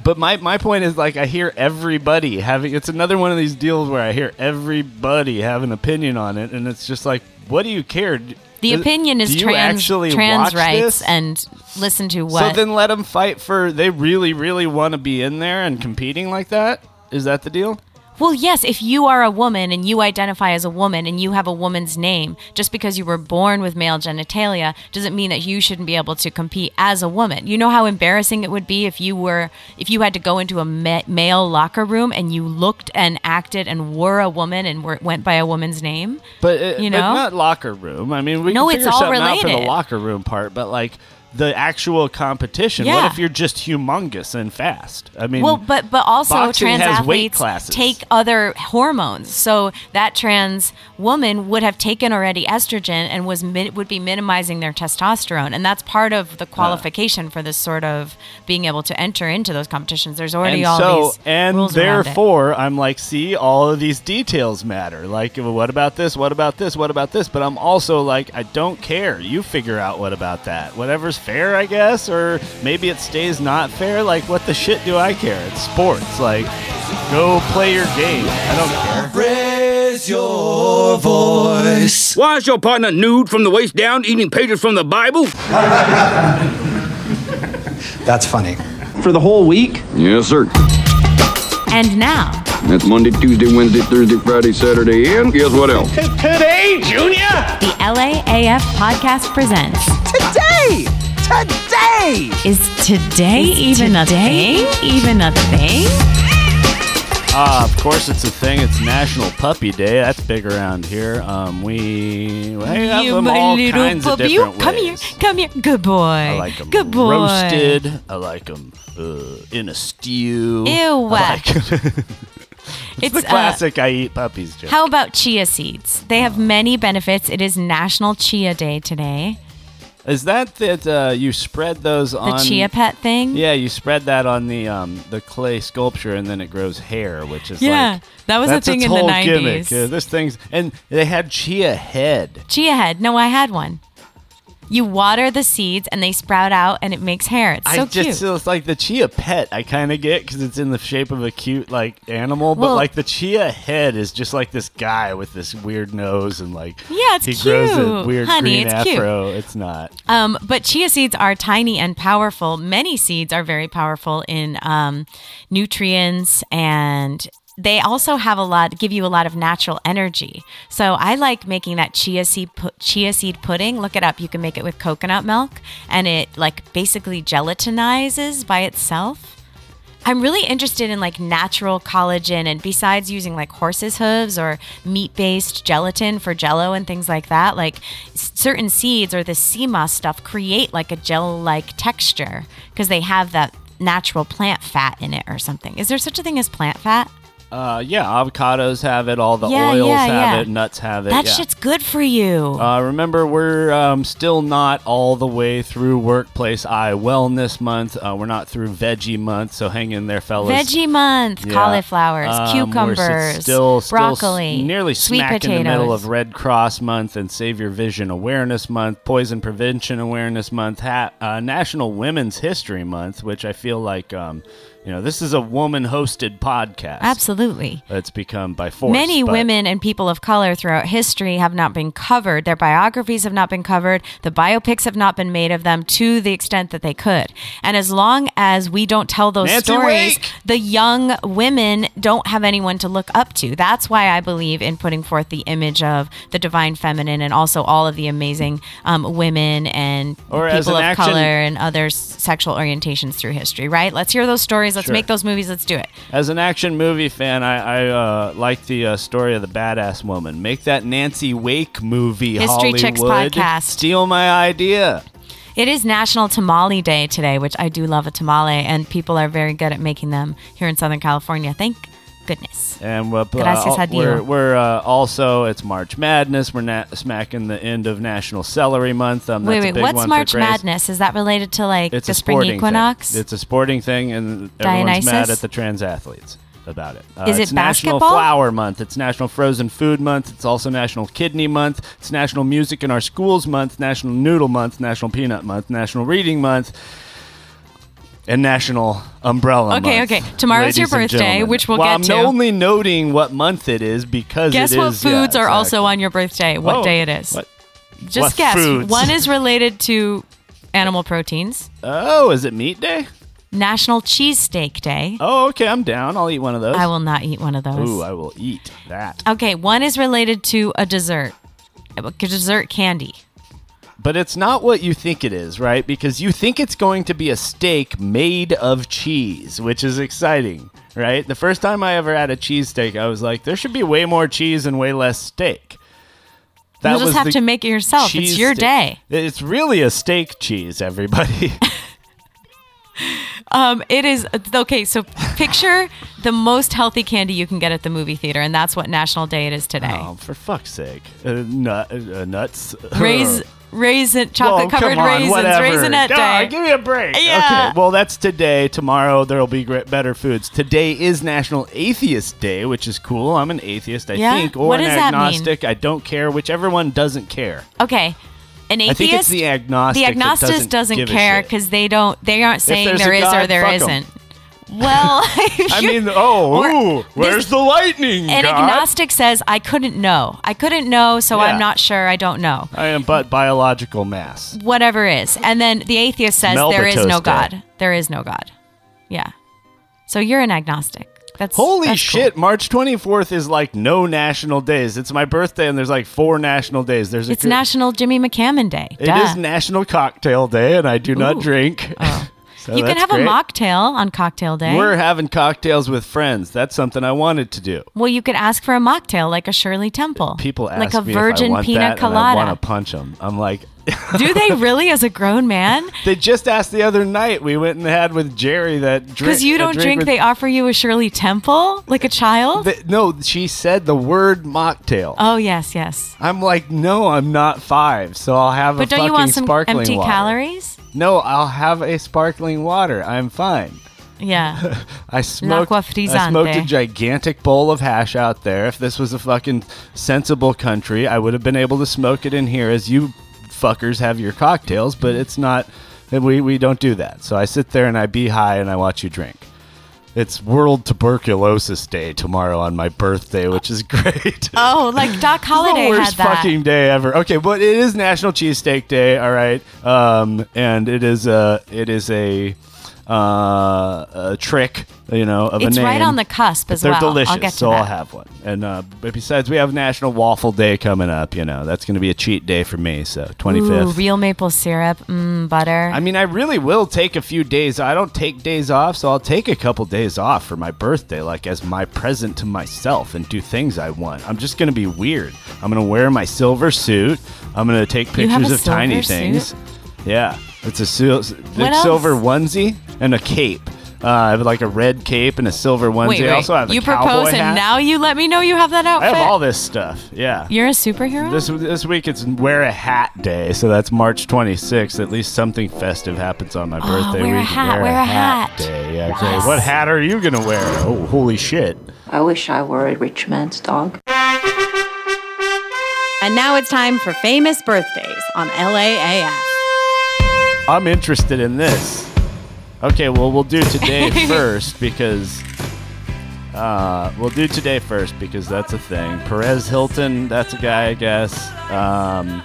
A: But my, my point is like I hear everybody having it's another one of these deals where I hear everybody have an opinion on it and it's just like what do you care?
H: The
A: Does-
H: opinion is
A: do you
H: trans,
A: actually
H: trans
A: watch
H: rights
A: this?
H: and listen to what.
A: So then let them fight for they really really want to be in there and competing like that? Is that the deal?
H: well, yes, if you are a woman and you identify as a woman and you have a woman's name, just because you were born with male genitalia doesn't mean that you shouldn't be able to compete as a woman. You know how embarrassing it would be if you were if you had to go into a ma- male locker room and you looked and acted and were a woman and were, went by a woman's name.
A: But uh,
H: You
A: but
H: know?
A: not locker room. I mean, we
H: No,
A: can
H: it's
A: figure
H: all
A: something out for the
H: related.
A: locker room part, but like the actual competition.
H: Yeah.
A: What if you're just humongous and fast? I mean,
H: well, but but also
A: boxing
H: trans
A: has weight
H: athletes
A: classes.
H: take other hormones. So that trans woman would have taken already estrogen and was min- would be minimizing their testosterone, and that's part of
A: Uh.
H: the qualification for this sort of being able to enter into those competitions. There's already
A: and
H: all
A: so,
H: these
A: and
H: rules around it.
A: therefore, I'm like, see, all of these details matter. Like, well, what about this? What about this? What about this? But I'm also like, I don't care. You figure out what about that. Whatever's fair, I guess, or maybe it stays not fair. Like, what the shit do I care? It's sports. Like, go play your game. I don't care.
Q: Raise your voice. Why is your partner nude from the waist down, eating pages from the Bible?
R: That's funny. For the whole week?
S: Yes, sir.
H: And now,
S: That's Monday, Tuesday, Wednesday, Thursday, Friday, Saturday, and guess what else?
H: today, Junior, the LAAF podcast presents today.
I: today!
F: Is today even a thing? Even a thing?
A: Ah, of course it's a thing. It's National Puppy Day. That's big around here. Um, we, we have
H: you,
A: them
H: my
A: all
H: little
A: kinds of
H: puppy.
A: different ways.
H: Come here, come here. Good boy.
A: I like them
H: Good boy.
A: roasted. I like them uh, in a stew.
H: Ew.
A: I like 'em- it's
H: It's, uh,
A: the classic Ah. I eat puppies joke.
H: How about chia seeds? They have many benefits. It is National Chia Day today.
A: Is that that uh, you spread those
H: The
A: on
H: chia pet thing.
A: Yeah, you spread that on the um, the clay sculpture, and then it grows hair, which is
H: Yeah,
A: like,
H: that was a
A: that's
H: thing
A: its
H: in the
A: whole
H: 90s.
A: Gimmick. Yeah, this thing's and they had chia head.
H: Chia head. No, I had one. You water the seeds and they sprout out and it makes hair. It's so
A: I just
H: cute.
A: it's like the chia pet. I kind of get because it's in the shape of a cute like animal, but
H: Well-
A: like the chia head is just like this guy with this weird nose and like
H: Yeah, it's
A: he grows a
H: cute.
A: weird
H: Honey,
A: green
H: it's cute.
A: afro. It's not.
H: Um, but chia seeds are tiny and powerful. Many seeds are very powerful in um, nutrients and they also have a lot give you a lot of natural energy. So I like making that chia seed pu- chia seed pudding. Look it up. You can make it with coconut milk and it like basically gelatinizes by itself. I'm really interested in like natural collagen and besides using like horse's hooves or meat-based gelatin for jello and things like that, like s- certain seeds or the sea moss stuff create like a gel-like texture because they have that natural plant fat in it or something. Is there such a thing as plant fat?
A: Uh, yeah, avocados have it. All the
H: Yeah,
A: oils
H: yeah,
A: have
H: yeah.
A: it. Nuts have it.
H: that
A: yeah.
H: shit's good for you.
A: Uh, remember, we're um, still not all the way through Workplace Eye Wellness Month. Uh, we're not through Veggie Month, so hang in there, fellas.
H: Veggie month,
A: Yeah.
H: cauliflowers,
A: Um, we're s-
H: cucumbers,
A: still, still s-
H: broccoli,
A: nearly
H: sweet
A: smack
H: potatoes.
A: in the middle of Red Cross Month and Save Your Vision Awareness Month, Poison Prevention Awareness Month, ha- uh, National Women's History Month, which I feel like, um, you know, this is a woman-hosted podcast.
H: Absolutely.
A: It's become by force.
H: Many
A: but-
H: women and people of color throughout history have not been covered. Their biographies have not been covered. The biopics have not been made of them to the extent that they could. And as long as we don't tell those
F: Nancy
H: stories,
F: Wake!
H: the young women don't have anyone to look up to. That's why I believe in putting forth the image of the divine feminine and also all of the amazing um, women and
A: Or as
H: people of
A: an action-
H: color and other s- sexual orientations through history, right? Let's hear those stories. Let's
A: Sure.
H: make those movies. Let's do it.
A: As an action movie fan, I, I uh, like the uh, story of the badass woman. Make that Nancy Wake movie,
H: Mystery Chicks
A: Hollywood.
H: podcast.
A: Steal my idea.
H: It is National Tamale Day today, which I do love a tamale, and people are very good at making them here in Southern California. Thank goodness.
A: And we're,
H: Gracias a Dios.
A: we're, we're uh, also, it's March Madness. We're na- smacking the end of National Celery Month. Um,
H: wait,
A: that's a
H: wait,
A: big
H: what's
A: one for
H: March
A: Grace.
H: Madness? Is that related to like
A: It's
H: the
A: a
H: spring
A: sporting
H: equinox?
A: Thing. It's a sporting thing, and everyone's
H: Dionysus?
A: mad at the trans athletes about it. Uh,
H: Is it
A: it's National
H: basketball?
A: Flower Month. It's National Frozen Food Month. It's also National Kidney Month. It's National Music in Our Schools Month. National Noodle Month. National Peanut Month. National Reading Month. And National Umbrella
H: Okay,
A: Month.
H: okay. Tomorrow's your
A: ladies and
H: birthday,
A: gentlemen.
H: which we'll
A: well,
H: get
A: I'm
H: to.
A: only noting what month it is because
H: guess
A: it
H: what
A: is-
H: foods
A: yeah,
H: are
A: exactly.
H: also on your birthday, what
A: Oh,
H: day it is.
A: what-
H: Just
A: what
H: guess.
A: foods?
H: One is related to animal proteins.
A: Oh, is it meat day?
H: National Cheesesteak Day.
A: Oh, okay. I'm down. I'll eat one of those.
H: I will not eat one of those.
A: Ooh, I will eat that.
H: Okay, one is related to a dessert, a dessert candy.
A: But it's not what you think it is, right? Because you think it's going to be a steak made of cheese, which is exciting, right? The first time I ever had a cheesesteak, I was like, there should be way more cheese and way less steak.
H: You'll just
A: was
H: have
A: the
H: to make it yourself. It's
A: cheese
H: your
A: steak.
H: day.
A: It's really a steak cheese, everybody.
H: Um, it is okay. So picture the most healthy candy you can get at the movie theater, and that's what National Day it is today.
A: oh, for fuck's sake. Uh, nut, uh, nuts.
H: Raise raisin,
A: Whoa,
H: chocolate covered
A: come on,
H: raisins,
A: whatever.
H: raisinette
A: Ah,
H: day.
A: give me a break.
H: Yeah.
A: Okay. Well, that's today. Tomorrow there will be great, better foods. Today is National Atheist Day, which is cool. I'm an atheist, I
H: Yeah?
A: think, or
H: What
A: an
H: does that mean?
A: agnostic. I don't care. Whichever one doesn't care.
H: Okay, an atheist.
A: I think it's the agnostic.
H: The
A: that
H: agnostic
A: doesn't,
H: doesn't,
A: give a
H: care
A: shit.
H: because they don't. They aren't saying
A: there's
H: there
A: a
H: is or
A: God,
H: there
A: fuck 'em.
H: isn't. Well,
A: I mean, oh, ooh, where's the lightning?
H: an
A: God?
H: agnostic says, "I couldn't know. I couldn't know, so
A: Yeah.
H: I'm not sure. I don't know."
A: I am but biological mass.
H: whatever is. And then the atheist says
A: Melba
H: there is no
A: toast
H: God.
A: day.
H: There is no God. Yeah. So you're an agnostic. That's
A: Holy shit, March 24th is like no national days. It's my birthday and there's like four national days. There's a
H: It's National Jimmy McCammon Day.
A: It
H: Duh.
A: is National Cocktail Day and I do not
H: Ooh. Oh.
A: drink. So
H: you can
A: that's
H: have
A: great.
H: a mocktail on cocktail day.
A: We're having cocktails with friends. That's something I wanted to do.
H: well, you could ask for a mocktail like a Shirley Temple.
A: People ask
H: like a
A: me
H: virgin
A: if I want
H: pina
A: that, and
H: colada.
A: I want to punch them. I'm like,
H: Do they really as a grown man?
A: they just asked the other night. We went and had with Jerry that drink.
H: Because you
A: a
H: don't drink,
A: with-
H: they offer you a Shirley Temple like a child?
A: Th- no, she said the word mocktail.
H: oh, yes, yes.
A: I'm like, no, I'm not five, so I'll have a
H: But don't
A: fucking
H: you want some
A: sparkling
H: empty
A: water.
H: calories?
A: No, I'll have a sparkling water. I'm fine.
H: Yeah.
A: I smoked,
H: L'acqua
A: I smoked a
H: frizzante.
A: gigantic bowl of hash out there. If this was a fucking sensible country, I would have been able to smoke it in here as you fuckers have your cocktails, but it's not. We, we don't do that. So I sit there and I be high and I watch you drink. It's World Tuberculosis Day tomorrow on my birthday, which is great.
H: oh, like Doc Holliday
A: the
H: had
A: worst
H: that.
A: fucking day ever. Okay, but it is National Cheesesteak Day, all right, um, and it is a it is a, uh, a trick, you know, of
H: It's
A: a name.
H: right on the cusp
A: But
H: as
A: They're
H: well. I'll
A: delicious,
H: get to
A: so I'll
H: that.
A: have one. And uh, but besides, we have National Waffle Day coming up. You know, that's going to be a cheat day for me. So twenty
H: Ooh,
A: fifth.
H: real maple syrup, mm, butter.
A: I mean, I really will take a few days. I don't take days off, so I'll take a couple days off for my birthday, like as my present to myself and do things I want. I'm just going to be weird. I'm going to wear my silver suit. I'm going to take
H: You have
A: pictures
H: a
A: of tiny
H: silver
A: things.
H: suit?
A: Yeah. It's a sil- big
H: else?
A: silver onesie and a cape. Uh, I have like a red cape and a silver onesie.
H: wait, wait.
A: I also have a
H: you
A: cowboy
H: propose
A: hat.
H: and now you let me know you have that
A: I
H: outfit?
A: have all this stuff. Yeah.
H: You're a superhero?
A: This this week it's wear a hat day, so that's March 26th. At least something festive happens on my birthday
H: Oh, wear a
A: week.
H: hat, wear a hat.
A: day. Yeah, okay. What hat are you gonna wear? Oh, holy shit!
T: I wish I were a rich man's dog.
U: And now it's time for famous birthdays on LAAF.
A: I'm interested in this. Okay, well we'll do today first because uh, we'll do today first because that's a thing. Perez Hilton, that's a guy, I guess. Um,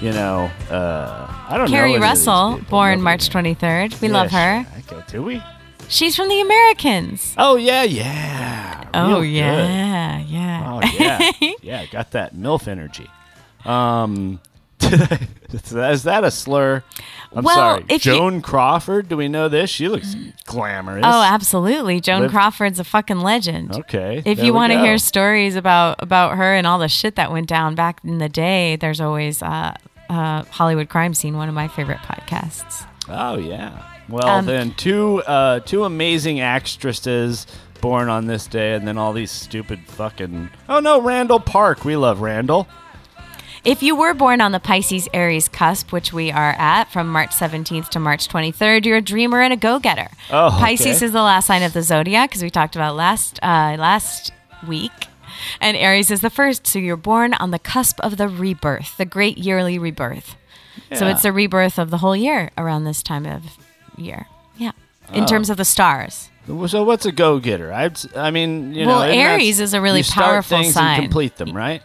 A: you know, uh, I don't know.
H: Carrie
A: any of these
H: Russell,
A: people.
H: born March 23rd. We
A: Yeah,
H: love
A: she-
H: her.
A: I go, do we?
H: She's from The Americans.
A: Oh yeah, yeah.
H: Oh
A: Real good.
H: yeah, yeah.
A: Oh yeah, yeah. Got that milf energy. Um, is that a slur? I'm
H: Well,
A: sorry.
H: if you-
A: Joan Crawford. Do we know this? She looks glamorous.
H: Oh, absolutely. Joan
A: Liv-
H: Crawford's a fucking legend.
A: Okay.
H: If
A: there
H: you
A: we
H: want to
A: go.
H: hear stories about about her and all the shit that went down back in the day, there's always uh, uh, Hollywood Crime Scene, one of my favorite podcasts.
A: Oh yeah. Well
H: Um,
A: then, two uh, two amazing actresses born on this day, and then all these stupid fucking. Oh no, Randall Park. We love Randall.
H: If you were born on the Pisces Aries cusp, which we are at from March 17th to March 23rd, you're a dreamer and a go-getter.
V: Oh, okay.
H: Pisces is the last sign of the zodiac, as we talked about last uh, last week. And Aries is the first, so you're born on the cusp of the rebirth, the great yearly rebirth. So
U: Yeah.
H: it's the rebirth of the whole year around this time of year. Yeah. In
A: Oh.
H: terms of the stars.
A: So what's a go getter? I I mean, you
H: Well,
A: know, and that's-
H: Aries is a really
A: you start
H: powerful
A: things
H: sign.
A: And complete them, right?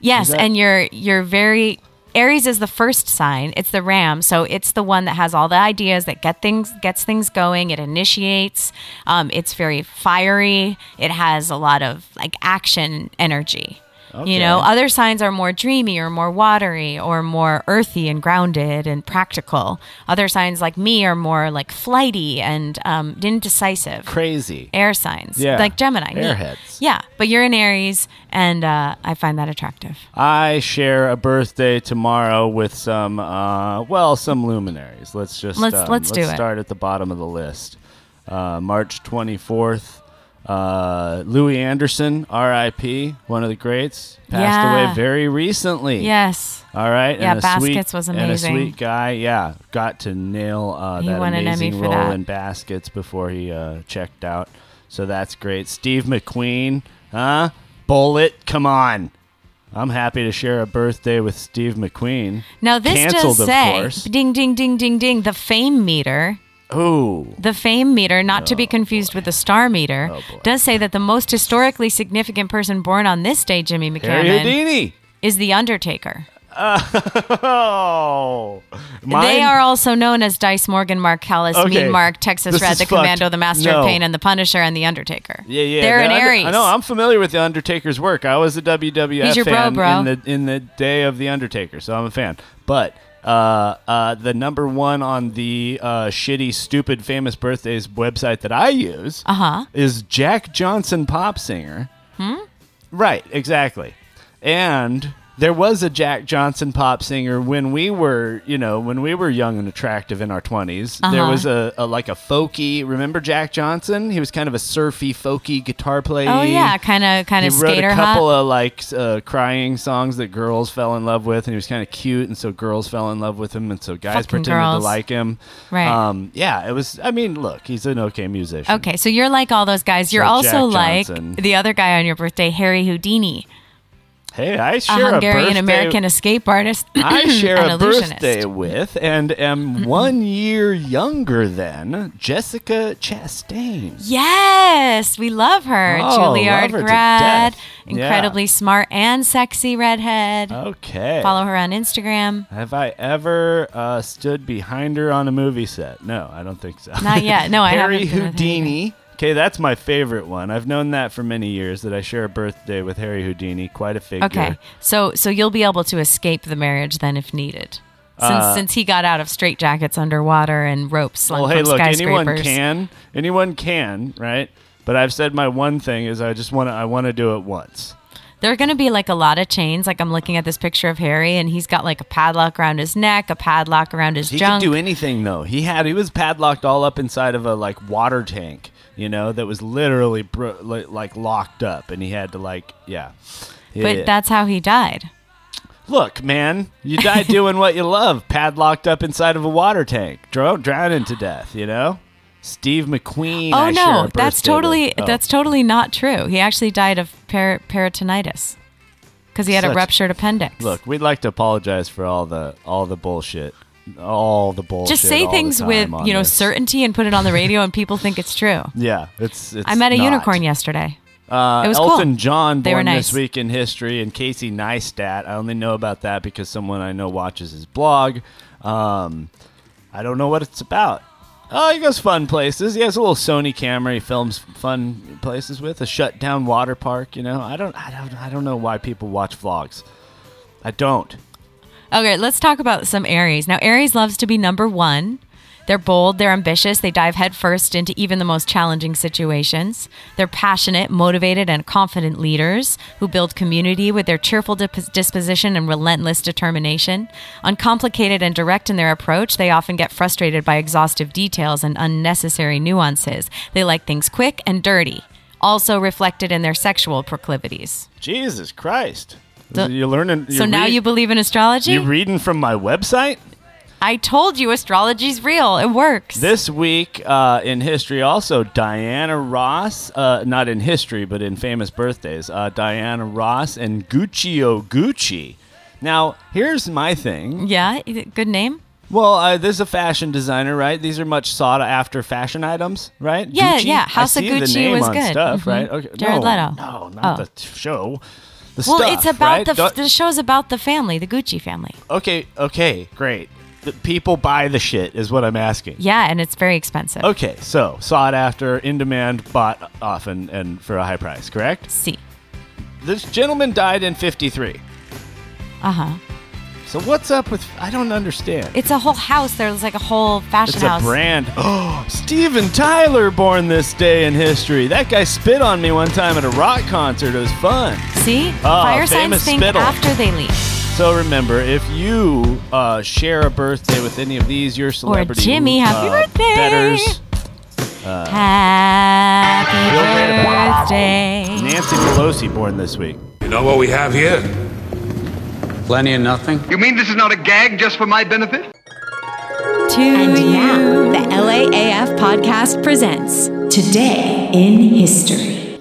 H: Yes,
A: Is that-
H: and you're you're very Aries is the first sign. It's the ram, so it's the one that has all the ideas that get things gets things going. It initiates. Um, it's very fiery. It has a lot of like action energy. You know,
U: Okay.
H: other signs are more dreamy or more watery or more earthy and grounded and practical. Other signs like me are more like flighty and um, indecisive.
A: Crazy.
H: Air signs.
A: Yeah.
H: Like Gemini. neat.
A: Airheads.
H: Yeah. But you're an Aries and uh, I find that attractive.
A: I share a birthday tomorrow with some, uh, well, some luminaries. Let's just
H: Let's-
A: um,
H: let's do it.
A: start at the bottom of the list. Uh, March twenty fourth, uh, Louis Anderson, R.I.P. One of the greats, passed
H: Yeah.
A: away very recently.
H: Yes.
A: All right.
H: Yeah,
A: and a sweet-
H: Baskets was
A: And a
H: amazing.
A: sweet guy. Yeah, got to nail uh,
H: He
A: that
H: won an
A: amazing
H: Emmy for
A: role
H: that.
A: in Baskets before he uh, checked out. So that's great. Steve McQueen, huh? Bullet, come on. I'm happy to share a birthday with Steve McQueen.
H: Now this
A: Canceled,
H: does
A: of
H: say
A: course.
H: ding ding ding ding ding the fame meter.
A: Ooh.
H: The fame meter, not to
A: Oh,
H: be confused with the star meter, does say that the most historically significant person born on this day, Jimmy
A: Harry
H: McCammon,
A: Houdini.
H: is the Undertaker.
A: Oh,
H: They are also known as Dice Morgan, Mark Callis,
A: Okay.
H: Mean Mark, Texas
A: This
H: Red,
A: is
H: The
A: fucked.
H: Commando, The Master
A: No.
H: of Pain, and The Punisher, and The Undertaker.
A: Yeah, yeah.
H: They're
A: the
H: an
A: Under-
H: Aries.
A: I know. I'm familiar with the Undertaker's work. I was a WWF
H: He's your bro,
A: fan
H: bro.
A: in the in the day of the Undertaker, so I'm a fan. But uh, uh, the number one on the uh, shitty, stupid, famous birthdays website that I use
H: Uh-huh.
A: is Jack Johnson pop singer.
H: Hmm?
A: Right, exactly. And there was a Jack Johnson pop singer when we were, you know, when we were young and attractive in our 20s. There
G: Uh-huh.
A: was a, a like a folky, remember Jack Johnson? He was kind of a surfy, folky guitar player.
H: Oh, yeah, kinda- kinda
A: He wrote
H: skater
A: a
H: hop.
A: couple of like s- uh, crying songs that girls fell in love with and he was kind of cute and so girls fell in love with him and so guys
H: Fucking
A: pretended to
H: girls.
A: like him.
H: Right.
A: Um, yeah, it was I mean, look, he's an okay musician.
H: Okay, so you're like all those guys. You're
A: Like
H: also
A: Jack
H: like
A: Johnson.
H: the other guy on your birthday, Harry Houdini,
A: Hey, I
H: a
A: share
H: Hungarian
A: birthday-
H: American escape artist.
A: I share
H: and
A: a
H: illusionist. Mm-hmm.
A: birthday with and am one year younger than Jessica Chastain.
H: Yes, we love her.
A: Oh,
H: Juilliard
A: love her to
H: grad,
A: death.
H: incredibly smart and sexy redhead.
A: Okay.
H: Follow her on Instagram.
A: Have I ever uh, stood behind her on a movie set? No, I don't think so.
H: Not yet. No, I
A: Harry
H: haven't done that
A: Houdini. Okay, that's my favorite one. I've known that for many years that I share a birthday with Harry Houdini. Quite a figure.
H: Okay, so so you'll be able to escape the marriage then if needed, since
A: Uh,
H: since he got out of straitjackets underwater and ropes slung
A: Well, hey,
H: from
A: look,
H: skyscrapers.
A: anyone can. Anyone can, right? But I've said my one thing is I just want to I want to do it once.
H: There are going to be like a lot of chains. Like I'm looking at this picture of Harry, and he's got like a padlock around his neck, a padlock around his
A: He
H: junk.
A: could do anything though. He had he was padlocked all up inside of a like water tank, you know, that was literally bro- li- like locked up, and he had to like yeah.
H: but
A: Yeah.
H: that's how he died.
A: look, man, you die doing what you love, padlocked up inside of a water tank, dro- drowning to death, you know. Steve McQueen.
H: oh
A: I share a
H: no, that's
A: birthday with.
H: totally
A: Oh.
H: that's totally not true. He actually died of per- peritonitis because he had a
A: Such-
H: ruptured appendix.
A: Look, we'd like to apologize for all the all the bullshit, all the bullshit.
H: Just say
A: all the
H: things
A: time
H: with
A: on
H: you know
A: this.
H: certainty and put it on the radio, and people think it's true.
A: Yeah, it's. it's
H: I met a
A: not.
H: unicorn yesterday.
A: Uh,
H: It was
A: Elton
H: cool.
A: John
H: They
A: born
H: were nice.
A: this week in history, and Casey Neistat. I only know about that because someone I know watches his blog. Um, I don't know what it's about. Oh, he goes fun places. He has a little Sony camera. He films fun places with a shut down water park. You know, I don't, I don't, I don't know why people watch vlogs. I don't.
H: Okay, let's talk about some Aries. Now, Aries loves to be number one. They're bold, they're ambitious, they dive headfirst into even the most challenging situations. They're passionate, motivated, and confident leaders who build community with their cheerful dip- disposition and relentless determination. Uncomplicated and direct in their approach, they often get frustrated by exhaustive details and unnecessary nuances. They like things quick and dirty, also reflected in their sexual proclivities.
A: Jesus Christ!
H: The-
A: you're learning.
H: so
A: you're
H: now
A: read-
H: you believe in astrology?
A: You reading from my website?
H: I told you astrology's real. It works.
A: This week uh, in history, also Diana Ross, uh, not in history, but in famous birthdays, uh, Diana Ross and Guccio Gucci. Now, here's my thing.
H: Yeah, i- good name.
A: Well, uh, this is a fashion designer, right? These are much sought after fashion items, right?
H: Yeah,
A: Gucci?
H: yeah. House
A: I
H: of
A: see the
H: Gucci
A: name
H: was
A: on
H: good.
A: Stuff,
H: Mhm.
A: right? Okay.
H: Jared
A: no,
H: Leto.
A: No, not
H: Oh.
A: the t- show. The
H: well,
A: stuff,
H: it's about
A: right?
H: the f
A: Don't-
H: the show's about the family, the Gucci family.
A: okay, okay, great. The people buy the shit is what I'm asking.
H: Yeah, and it's very expensive.
A: Okay, so sought after, in demand, bought often, and for a high price, correct?
H: See.
A: This gentleman died in 53.
H: Uh huh.
A: So what's up with. I don't understand.
H: It's a whole house. There's like a whole fashion
A: It's
H: house.
A: a brand. Oh, Steven Tyler born this day in history. That guy spit on me one time at a rock concert. It was fun.
H: See,
A: Oh,
H: fire signs
A: famous
H: think
A: spittle.
H: after they leave.
A: So remember, if you uh, share a birthday with any of these, your celebrity
H: Jimmy, happy
A: uh,
H: birthday.
A: betters, uh,
H: Happy birthday.
A: Nancy Pelosi born this week.
J: You know what we have here? Plenty of nothing.
V: You mean this is not a gag just for my benefit?
U: and now, the LAAF podcast presents Today in History.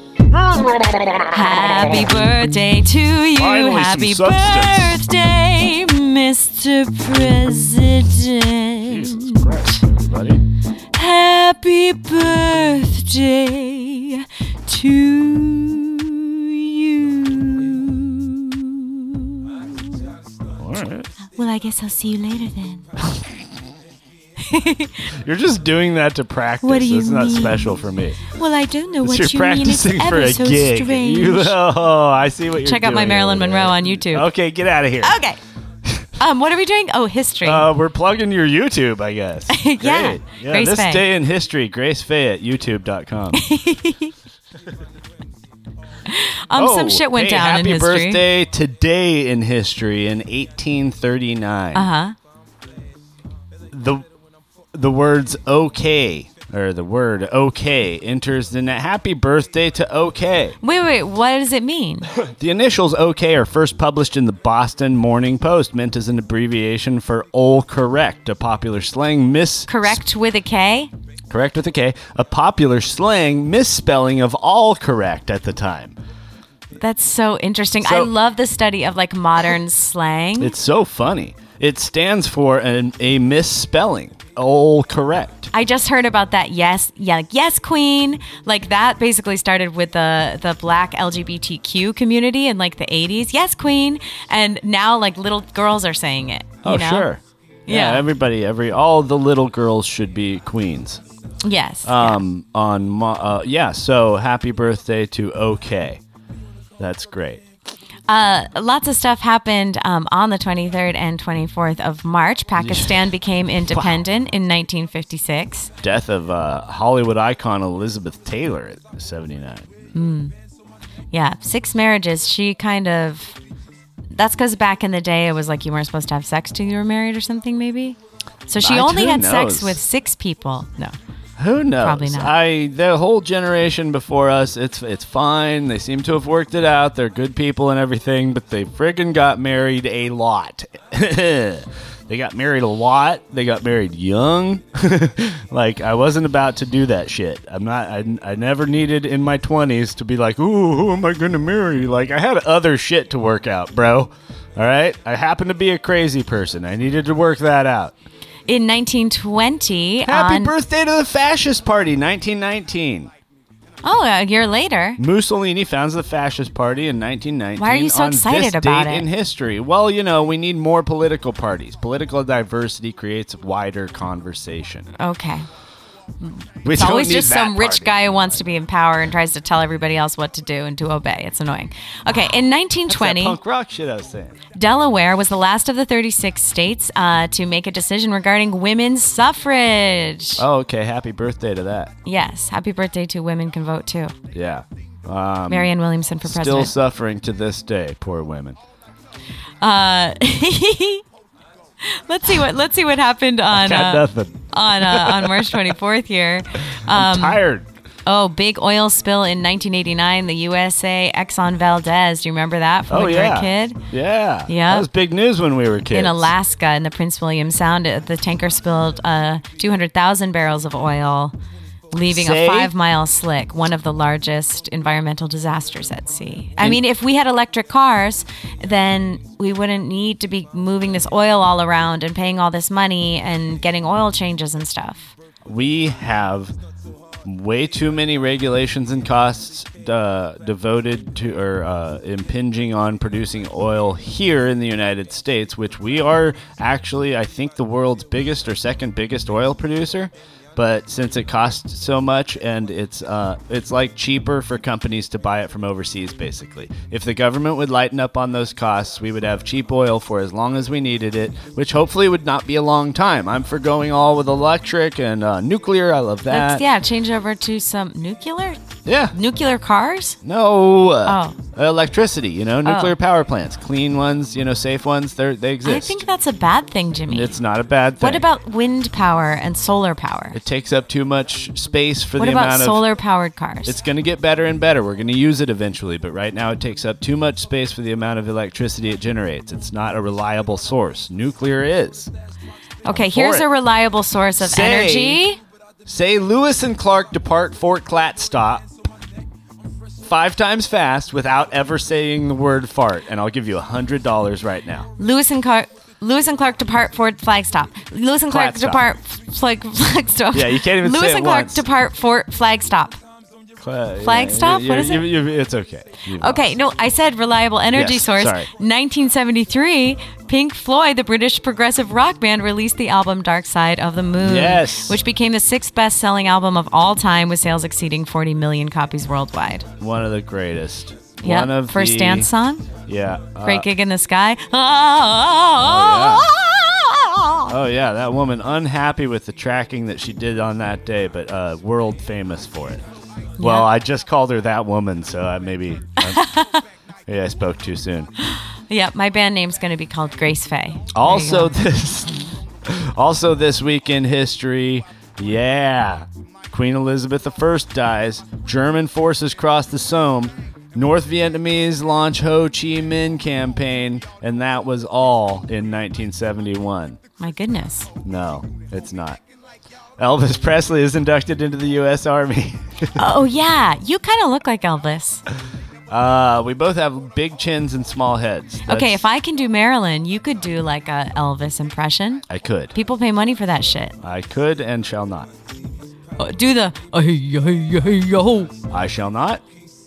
H: Happy birthday to you.
U: Finally, some
H: Happy
U: substance.
H: birthday, Mr. President. Happy birthday to you.
A: All right.
H: Well, I guess I'll see you later then.
A: You're just doing that to practice.
H: What do you
A: it's not
H: mean?
A: special for me.
H: Well, I don't know
A: It's
H: what
A: you're
H: you mean. It's
A: practicing for
H: ever
A: a
H: so
A: gig.
H: strange.
A: You- oh, I see what you're
H: Check out my
A: doing
H: Marilyn
A: over there.
H: Monroe on YouTube.
A: Okay, get out of here.
H: Okay. Um, what are we doing? Oh, history.
A: Uh, we're plugging your YouTube, I guess.
H: Yeah.
A: Great. Yeah,
H: Grace
A: this
H: Faye.
A: day in history, Grace Faye at YouTube.com.
H: um, some
A: Oh,
H: shit went
A: hey,
H: down
A: happy
H: in history.
A: birthday today in history in 1839.
H: Uh huh.
A: the the words okay or the word okay enters the net. Happy birthday to okay.
H: Wait, wait. What does it mean?
A: The initials OK are first published in the Boston Morning Post, meant as an abbreviation for "all correct," a popular slang miss
H: Correct with a K.
A: correct with a K, a popular slang misspelling of all correct at the time.
H: That's so interesting. I
A: So-
H: love the study of like modern slang.
A: It's so funny. It stands for an, a misspelling. All correct.
H: I just heard about that. Yes, yeah, like, yes, Queen. Like that basically started with the the Black LGBTQ community in like the '80s. Yes, Queen, and now like little girls are saying it. you
A: Oh
H: know?
A: sure.
H: Yeah.
A: everybody, every all the little girls should be queens.
H: Yes.
A: Um, on mo- uh, yeah. So happy birthday to OK. That's great.
H: Uh, lots of stuff happened um, on the 23rd and 24th of March. Pakistan became independent in 1956.
A: Death of uh, Hollywood icon Elizabeth Taylor at 79.
H: Mm. Yeah, six marriages. She kind of. That's because back in the day, it was like you weren't supposed to have sex till you were married or something, maybe. So she
A: I-
H: only
A: who
H: had
A: knows?
H: sex with six people. No.
A: Who knows?
H: Probably not.
A: I the whole generation before us, it's it's fine. They seem to have worked it out. They're good people and everything, but they friggin' got married a lot. they got married a lot. They got married young. like I wasn't about to do that shit. I'm not. I, I never needed in my twenties to be like, ooh, who am I gonna marry? Like I had other shit to work out, bro. All right, I happen to be a crazy person. I needed to work that out.
H: In 1920.
A: Happy
H: on-
A: birthday to the Fascist Party, 1919.
H: Oh, a year later.
A: Mussolini founds the Fascist Party in 1919.
H: Why are you so
A: on
H: excited
A: this
H: about
A: date
H: it?
A: In history, well, you know, we need more political parties. Political diversity creates wider conversation.
H: Okay.
A: We
H: it's
A: don't
H: always
A: need
H: just
A: that
H: some rich
A: party.
H: guy who wants to be in power and tries to tell everybody else what to do and to obey. It's annoying. Okay, in
A: That's that
H: 1920,
A: punk rock shit I was saying.
H: Delaware was the last of the 36 states uh, to make a decision regarding women's suffrage.
A: Oh, okay. Happy birthday to that.
H: Yes, happy birthday to women can vote too.
A: Yeah. Um,
H: Marianne Williamson for
A: Still
H: president.
A: suffering to this day, poor women.
H: Uh, let's see what let's see what happened on
A: Got
H: uh,
A: nothing.
H: on uh, on March 24th here. Um,
A: I'm tired.
H: Oh, big oil spill in 1989, the USA Exxon Valdez. Do you remember that from
A: oh
H: when you
A: yeah.
H: were a kid?
A: Yeah.
H: Yeah.
A: That was big news when we were kids.
H: In Alaska, in the Prince William Sound, uh, the tanker spilled uh, 200,000 barrels of oil, leaving
A: Say?
H: a five mile slick, one of the largest environmental disasters at sea. I
A: And-
H: mean, if we had electric cars, then we wouldn't need to be moving this oil all around and paying all this money and getting oil changes and stuff.
A: we have way too many regulations and costs uh, devoted to or uh, impinging on producing oil here in the United States, which we are actually, I think, the world's biggest or second biggest oil producer. But since it costs so much, and it's uh, it's like cheaper for companies to buy it from overseas, basically. If the government would lighten up on those costs, we would have cheap oil for as long as we needed it, which hopefully would not be a long time. I'm for going all with electric and uh, nuclear. I love that.
H: Let's, yeah, change over to some nuclear?
A: Yeah.
H: Nuclear cars?
A: No.
H: Oh.
A: Electricity, you know, nuclear power plants, clean ones, you know, safe ones, they're, they
H: I
A: exist.
H: think that's a bad thing, Jimmy.
A: it's not a bad thing.
H: What about wind power and solar power?
A: it takes up too much space for
H: What
A: the
H: about
A: amount of
H: solar powered cars?
A: It's going to get better and better. We're going to use it eventually, but right now it takes up too much space for the amount of electricity it generates. It's not a reliable source. Nuclear is.
H: okay,
A: for
H: here's
A: it.
H: a reliable source of
A: Say-
H: energy.
A: Say Lewis and Clark depart Fort Clatt stop five times fast without ever saying the word fart, and I'll give you a hundred dollars right now.
H: Lewis and Clark. Lewis and Clark depart Fort Flagstaff. Lewis and Clark
A: Flagstaff.
H: depart Flag Flagstaff.
A: Yeah, you can't even
H: Lewis
A: say it
H: and Clark
A: once.
H: depart Fort Flagstaff.
A: Cla- yeah,
H: Flagstaff?
A: you-
H: What is
A: you-
H: it?
A: you- it's okay. You-
H: Okay, no, I said reliable energy
A: Yes,
H: source.
A: sorry.
H: 1973, Pink Floyd, the British progressive rock band, released the album Dark Side of the Moon,
A: Yes.
H: which became the sixth best selling album of all time with sales exceeding 40 million copies worldwide.
A: One of the greatest.
H: Yeah,
A: One of
H: first
A: the-
H: dance song?
A: Yeah. uh,
H: Great gig in the sky.
A: Oh yeah, that woman unhappy with the tracking that she did on that day, but uh, world famous for it. Well, I just called her that woman, so I maybe I, maybe I spoke too soon.
H: Yeah, my band name's going to be called Grace Faye.
A: Also this, also this week in history, yeah, Queen Elizabeth I dies. German forces cross the Somme. North Vietnamese launch Ho Chi Minh campaign, and that was all in 1971.
H: My goodness.
A: No, it's not. Elvis Presley is inducted into the U.S. Army.
H: oh, yeah. You kind of look like Elvis.
A: Uh, we both have big chins and small heads. That's-
H: Okay, if I can do Marilyn, you could do like a Elvis impression.
A: I could.
H: People pay money for that shit.
A: I could and shall not.
H: Uh, do the uh, hey yo hey yo hey yo.
A: I shall not.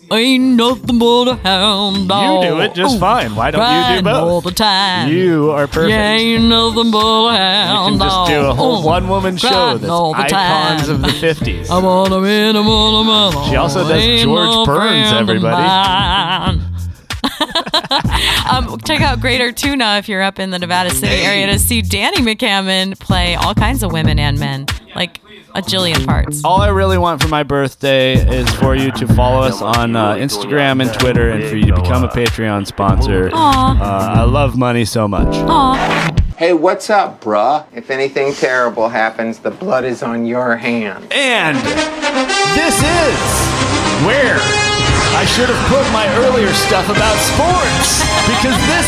H: Ain't nothing but a hound dog.
A: You do it just fine. Why don't you do
H: riding
A: both?
H: all the time?
A: You are perfect.
H: Yeah, Oh, ain't nothing but
A: you
H: a hound
A: can just
H: dog.
A: do a whole
H: Ooh,
A: one-woman show
H: riding
A: that's
H: all the
A: icons
H: time.
A: of the 50s.
H: I want a man, I want a man.
A: She also does
H: Ain't
A: George
H: no
A: Burns,
H: friend of
A: everybody.
H: mine. um, check out Greater Tuna if you're up in the Nevada City area to see Danny McCammon play all kinds of women and men, like a jillion parts.
A: All I really want for my birthday is for you to follow us on uh, Instagram and Twitter and for you to become a Patreon sponsor.
H: Aw.
A: Uh, I love money so much.
B: Hey, what's up, bruh? If anything terrible happens, the blood is on your hands.
A: And this is where I should have put my earlier stuff about sports because this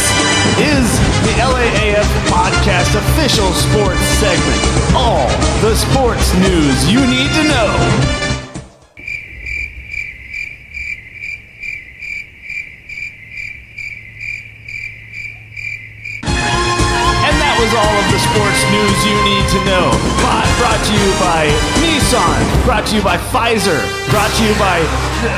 A: is the LAAF podcast official sports segment. All the sports news you need to know. And that was all of the sports news you need to know. Brought, brought to you by Nissan. Brought to you by Pfizer. Brought to you by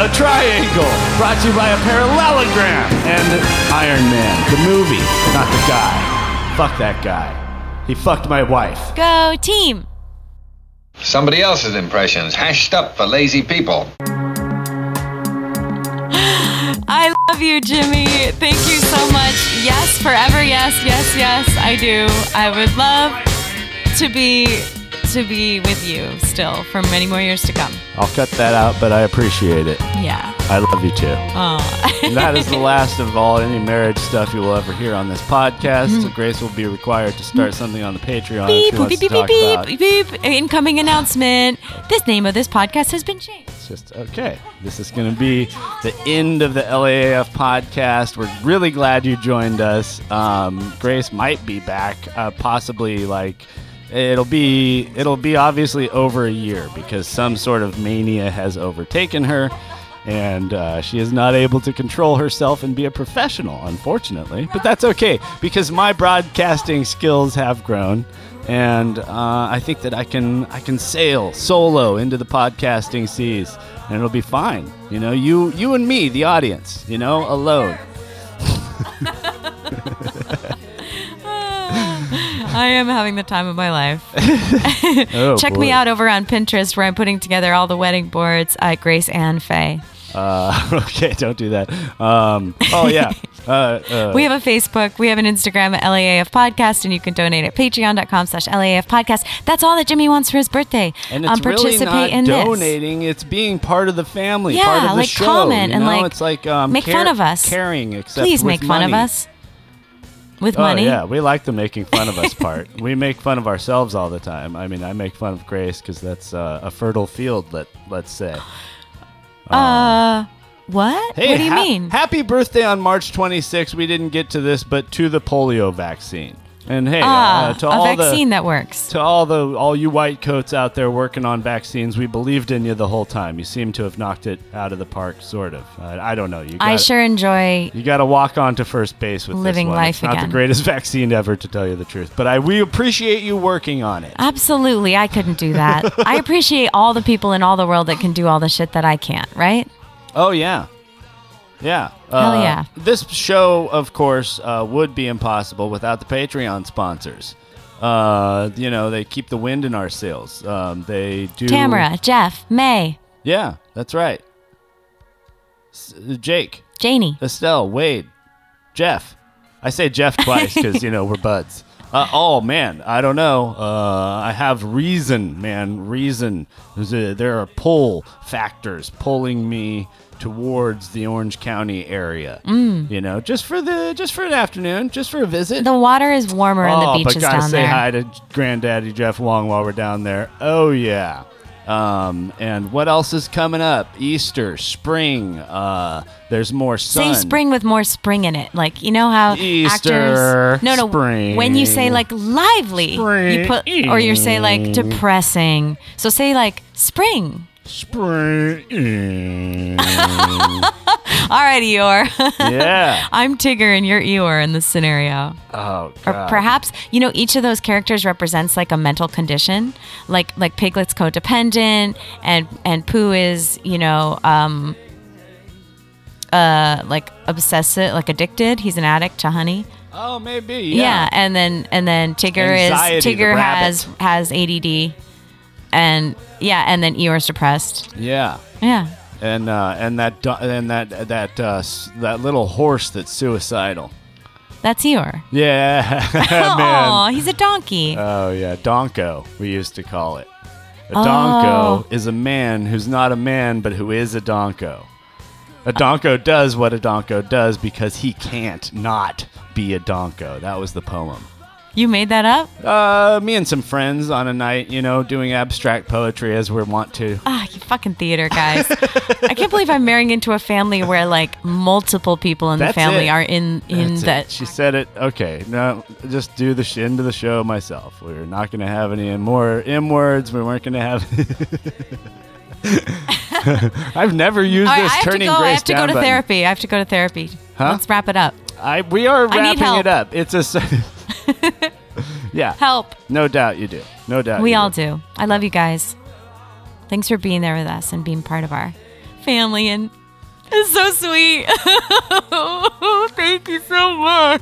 A: a triangle. Brought to you by a parallelogram. And Iron Man, the movie, not the guy. Fuck that guy. He fucked my wife.
H: Go team!
G: Somebody else's impressions, hashed up for lazy people.
H: I love you, Jimmy. Thank you so much. Yes, forever. Yes, yes, yes. I do. I would love to be to be with you still for many more years to come.
A: I'll cut that out, but I appreciate it.
H: Yeah.
A: I love you too.
H: Oh.
A: And that is the last of all any marriage stuff you will ever hear on this podcast. So Grace will be required to start something on the Patreon if
H: Mm-hmm. Beep,
A: she wants
H: beep,
A: to
H: beep,
A: talk
H: beep,
A: about.
H: beep, beep. Incoming announcement. This name of this podcast has been changed.
A: It's just okay. This is going to be the end of the LAAF podcast. We're really glad you joined us. Um, Grace might be back, uh, possibly like it'll be it'll be obviously over a year because some sort of mania has overtaken her. And uh, she is not able to control herself and be a professional, unfortunately. But that's okay because my broadcasting skills have grown and uh, I think that I can I can sail solo into the podcasting seas, and it'll be fine. You know, you you and me, the audience. You know, alone.
H: Ah, I am having the time of my life.
A: Oh,
H: Check
A: boy.
H: me out over on Pinterest where I'm putting together all the wedding boards at Grace and Faye.
A: Uh, okay, don't do that. Um, oh yeah, uh, uh,
H: We have a Facebook. We have an Instagram at LAAF Podcast, and you can donate at patreon.com slash LAAF Podcast. That's all that Jimmy wants for his birthday.
A: and it's
H: um, participate
A: really not
H: in this.
A: donating. It's being part of the family,
H: Yeah,
A: part of the
H: like
A: show.
H: comment
A: you
H: and
A: know?
H: like
A: it's like um,
H: make fun
A: care-
H: of us.
A: caring. Except
H: Please
A: with
H: make fun of
A: money.
H: us with
A: Oh,
H: money.
A: yeah, we like the making fun of us part. we make fun of ourselves all the time. I mean, I make fun of Grace because that's uh, a fertile field. Let let's say.
H: Uh, what?
A: Hey,
H: what do you
A: ha-
H: mean?
A: Happy birthday on March 26th. We didn't get to this, but to the polio vaccine. And hey,
H: Ah,
A: uh, to
H: a
A: all the-
H: vaccine that works.
A: To all the all you white coats out there working on vaccines, we believed in you the whole time. You seem to have knocked it out of the park, sort of. Uh, I don't know. You
H: I
A: got-
H: sure enjoy.
A: You got to walk on to first base with
H: Living
A: this one.
H: life
A: it's not
H: again.
A: the greatest vaccine ever, to tell you the truth. But I we appreciate you working on it.
H: Absolutely, I couldn't do that. I appreciate all the people in all the world that can do all the shit that I can't, right?
A: Oh yeah, yeah. Uh,
H: Hell yeah.
A: This show, of course, uh, would be impossible without the Patreon sponsors. Uh, you know, they keep the wind in our sails. Um, they do.
H: Tamara, Jeff, May,
A: Yeah, that's right. S- uh, Jake,
H: Janie,
A: Estelle, Wade, Jeff. I say Jeff twice because you know we're buds. Uh, oh man, I don't know. Uh, I have reason, man, reason. There's a- there are pull factors pulling me towards the Orange County area.
H: Mm.
A: You know, just for the just for an afternoon, just for a visit.
H: The water is warmer in
A: Oh,
H: the beaches
A: but gotta
H: down
A: say
H: there.
A: hi to Granddaddy Jeff Long while we're down there. Oh yeah. Um, and what else is coming up? Easter, spring. Uh, there's more sun.
H: Say spring with more spring in it. Like, you know how
A: Easter,
H: actors. No, no.
A: spring.
H: When you say like lively, you put, or you say like depressing. So say like spring.
A: Spring.
H: All right, Eeyore.
A: Yeah.
H: I'm Tigger and you're Eeyore in this scenario.
A: Oh,
H: Or
A: God.
H: perhaps, you know, each of those characters represents like a mental condition, like like Piglet's codependent, and and Pooh is, you know, um, uh, like obsessive, like addicted. He's an addict to honey.
A: Oh, maybe.
H: Yeah,
A: Yeah.
H: and then and then Tigger is
A: Anxiety, the
H: Tigger
A: rabbit.
H: has has ADD, and yeah, and then Eeyore's depressed.
A: Yeah.
H: Yeah.
A: And uh, and that do- and that that uh, s- that little horse that's suicidal.
H: That's Eeyore.
A: Yeah,
H: Oh,
A: man.
H: he's a donkey.
A: Oh yeah, Donko. We used to call it. A
H: Oh.
A: Donko is a man who's not a man, but who is a Donko. A Donko does what a Donko does because he can't not be a Donko. That was the poem.
H: you made that up?
A: Uh, me and some friends on a night, you know, doing abstract poetry as we want to.
H: Ah, you fucking theater guys. I can't believe I'm marrying into a family where like multiple people in
A: That's
H: the family
A: it.
H: are in in
A: That's it.
H: that.
A: She said it. Okay, no, just do the sh- end of the show myself. We are not going to have any more M words. We weren't going to have. I've never used
H: All right,
A: this
H: I have to
A: turning
H: go. I
A: grace
H: have to go
A: down
H: to
A: button.
H: therapy. I have to go to therapy.
A: Huh?
H: Let's wrap it up.
A: I we are
H: I need
A: wrapping
H: help.
A: it up. It's a. s- yeah.
H: Help.
A: No doubt you do. No doubt.
H: we
A: you
H: all do. I love you guys. Thanks for being there with us and being part of our family and it's so sweet. Thank you so much.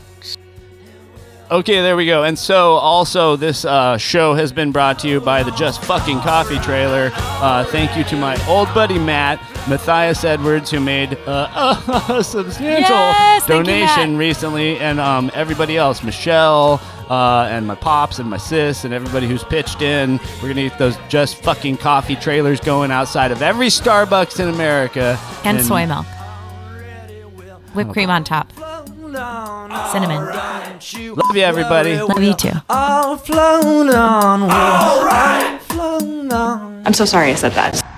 A: Okay, there we go. And so, also, this uh, show has been brought to you by the Just Fucking Coffee trailer. Uh, thank you to my old buddy Matt, Matthias Edwards, who made uh, a substantial
L: Yes, thank you,
A: donation
L: Matt.
A: recently, and um, everybody else, Michelle, uh, and my pops, and my sis, and everybody who's pitched in. We're going to get those Just Fucking Coffee trailers going outside of every Starbucks in America.
H: And soy milk.
A: Oh
H: Whipped cream on top. Cinnamon.
A: Love you, everybody.
H: Love you too.
M: All flown on. All right. I'm so sorry I said that.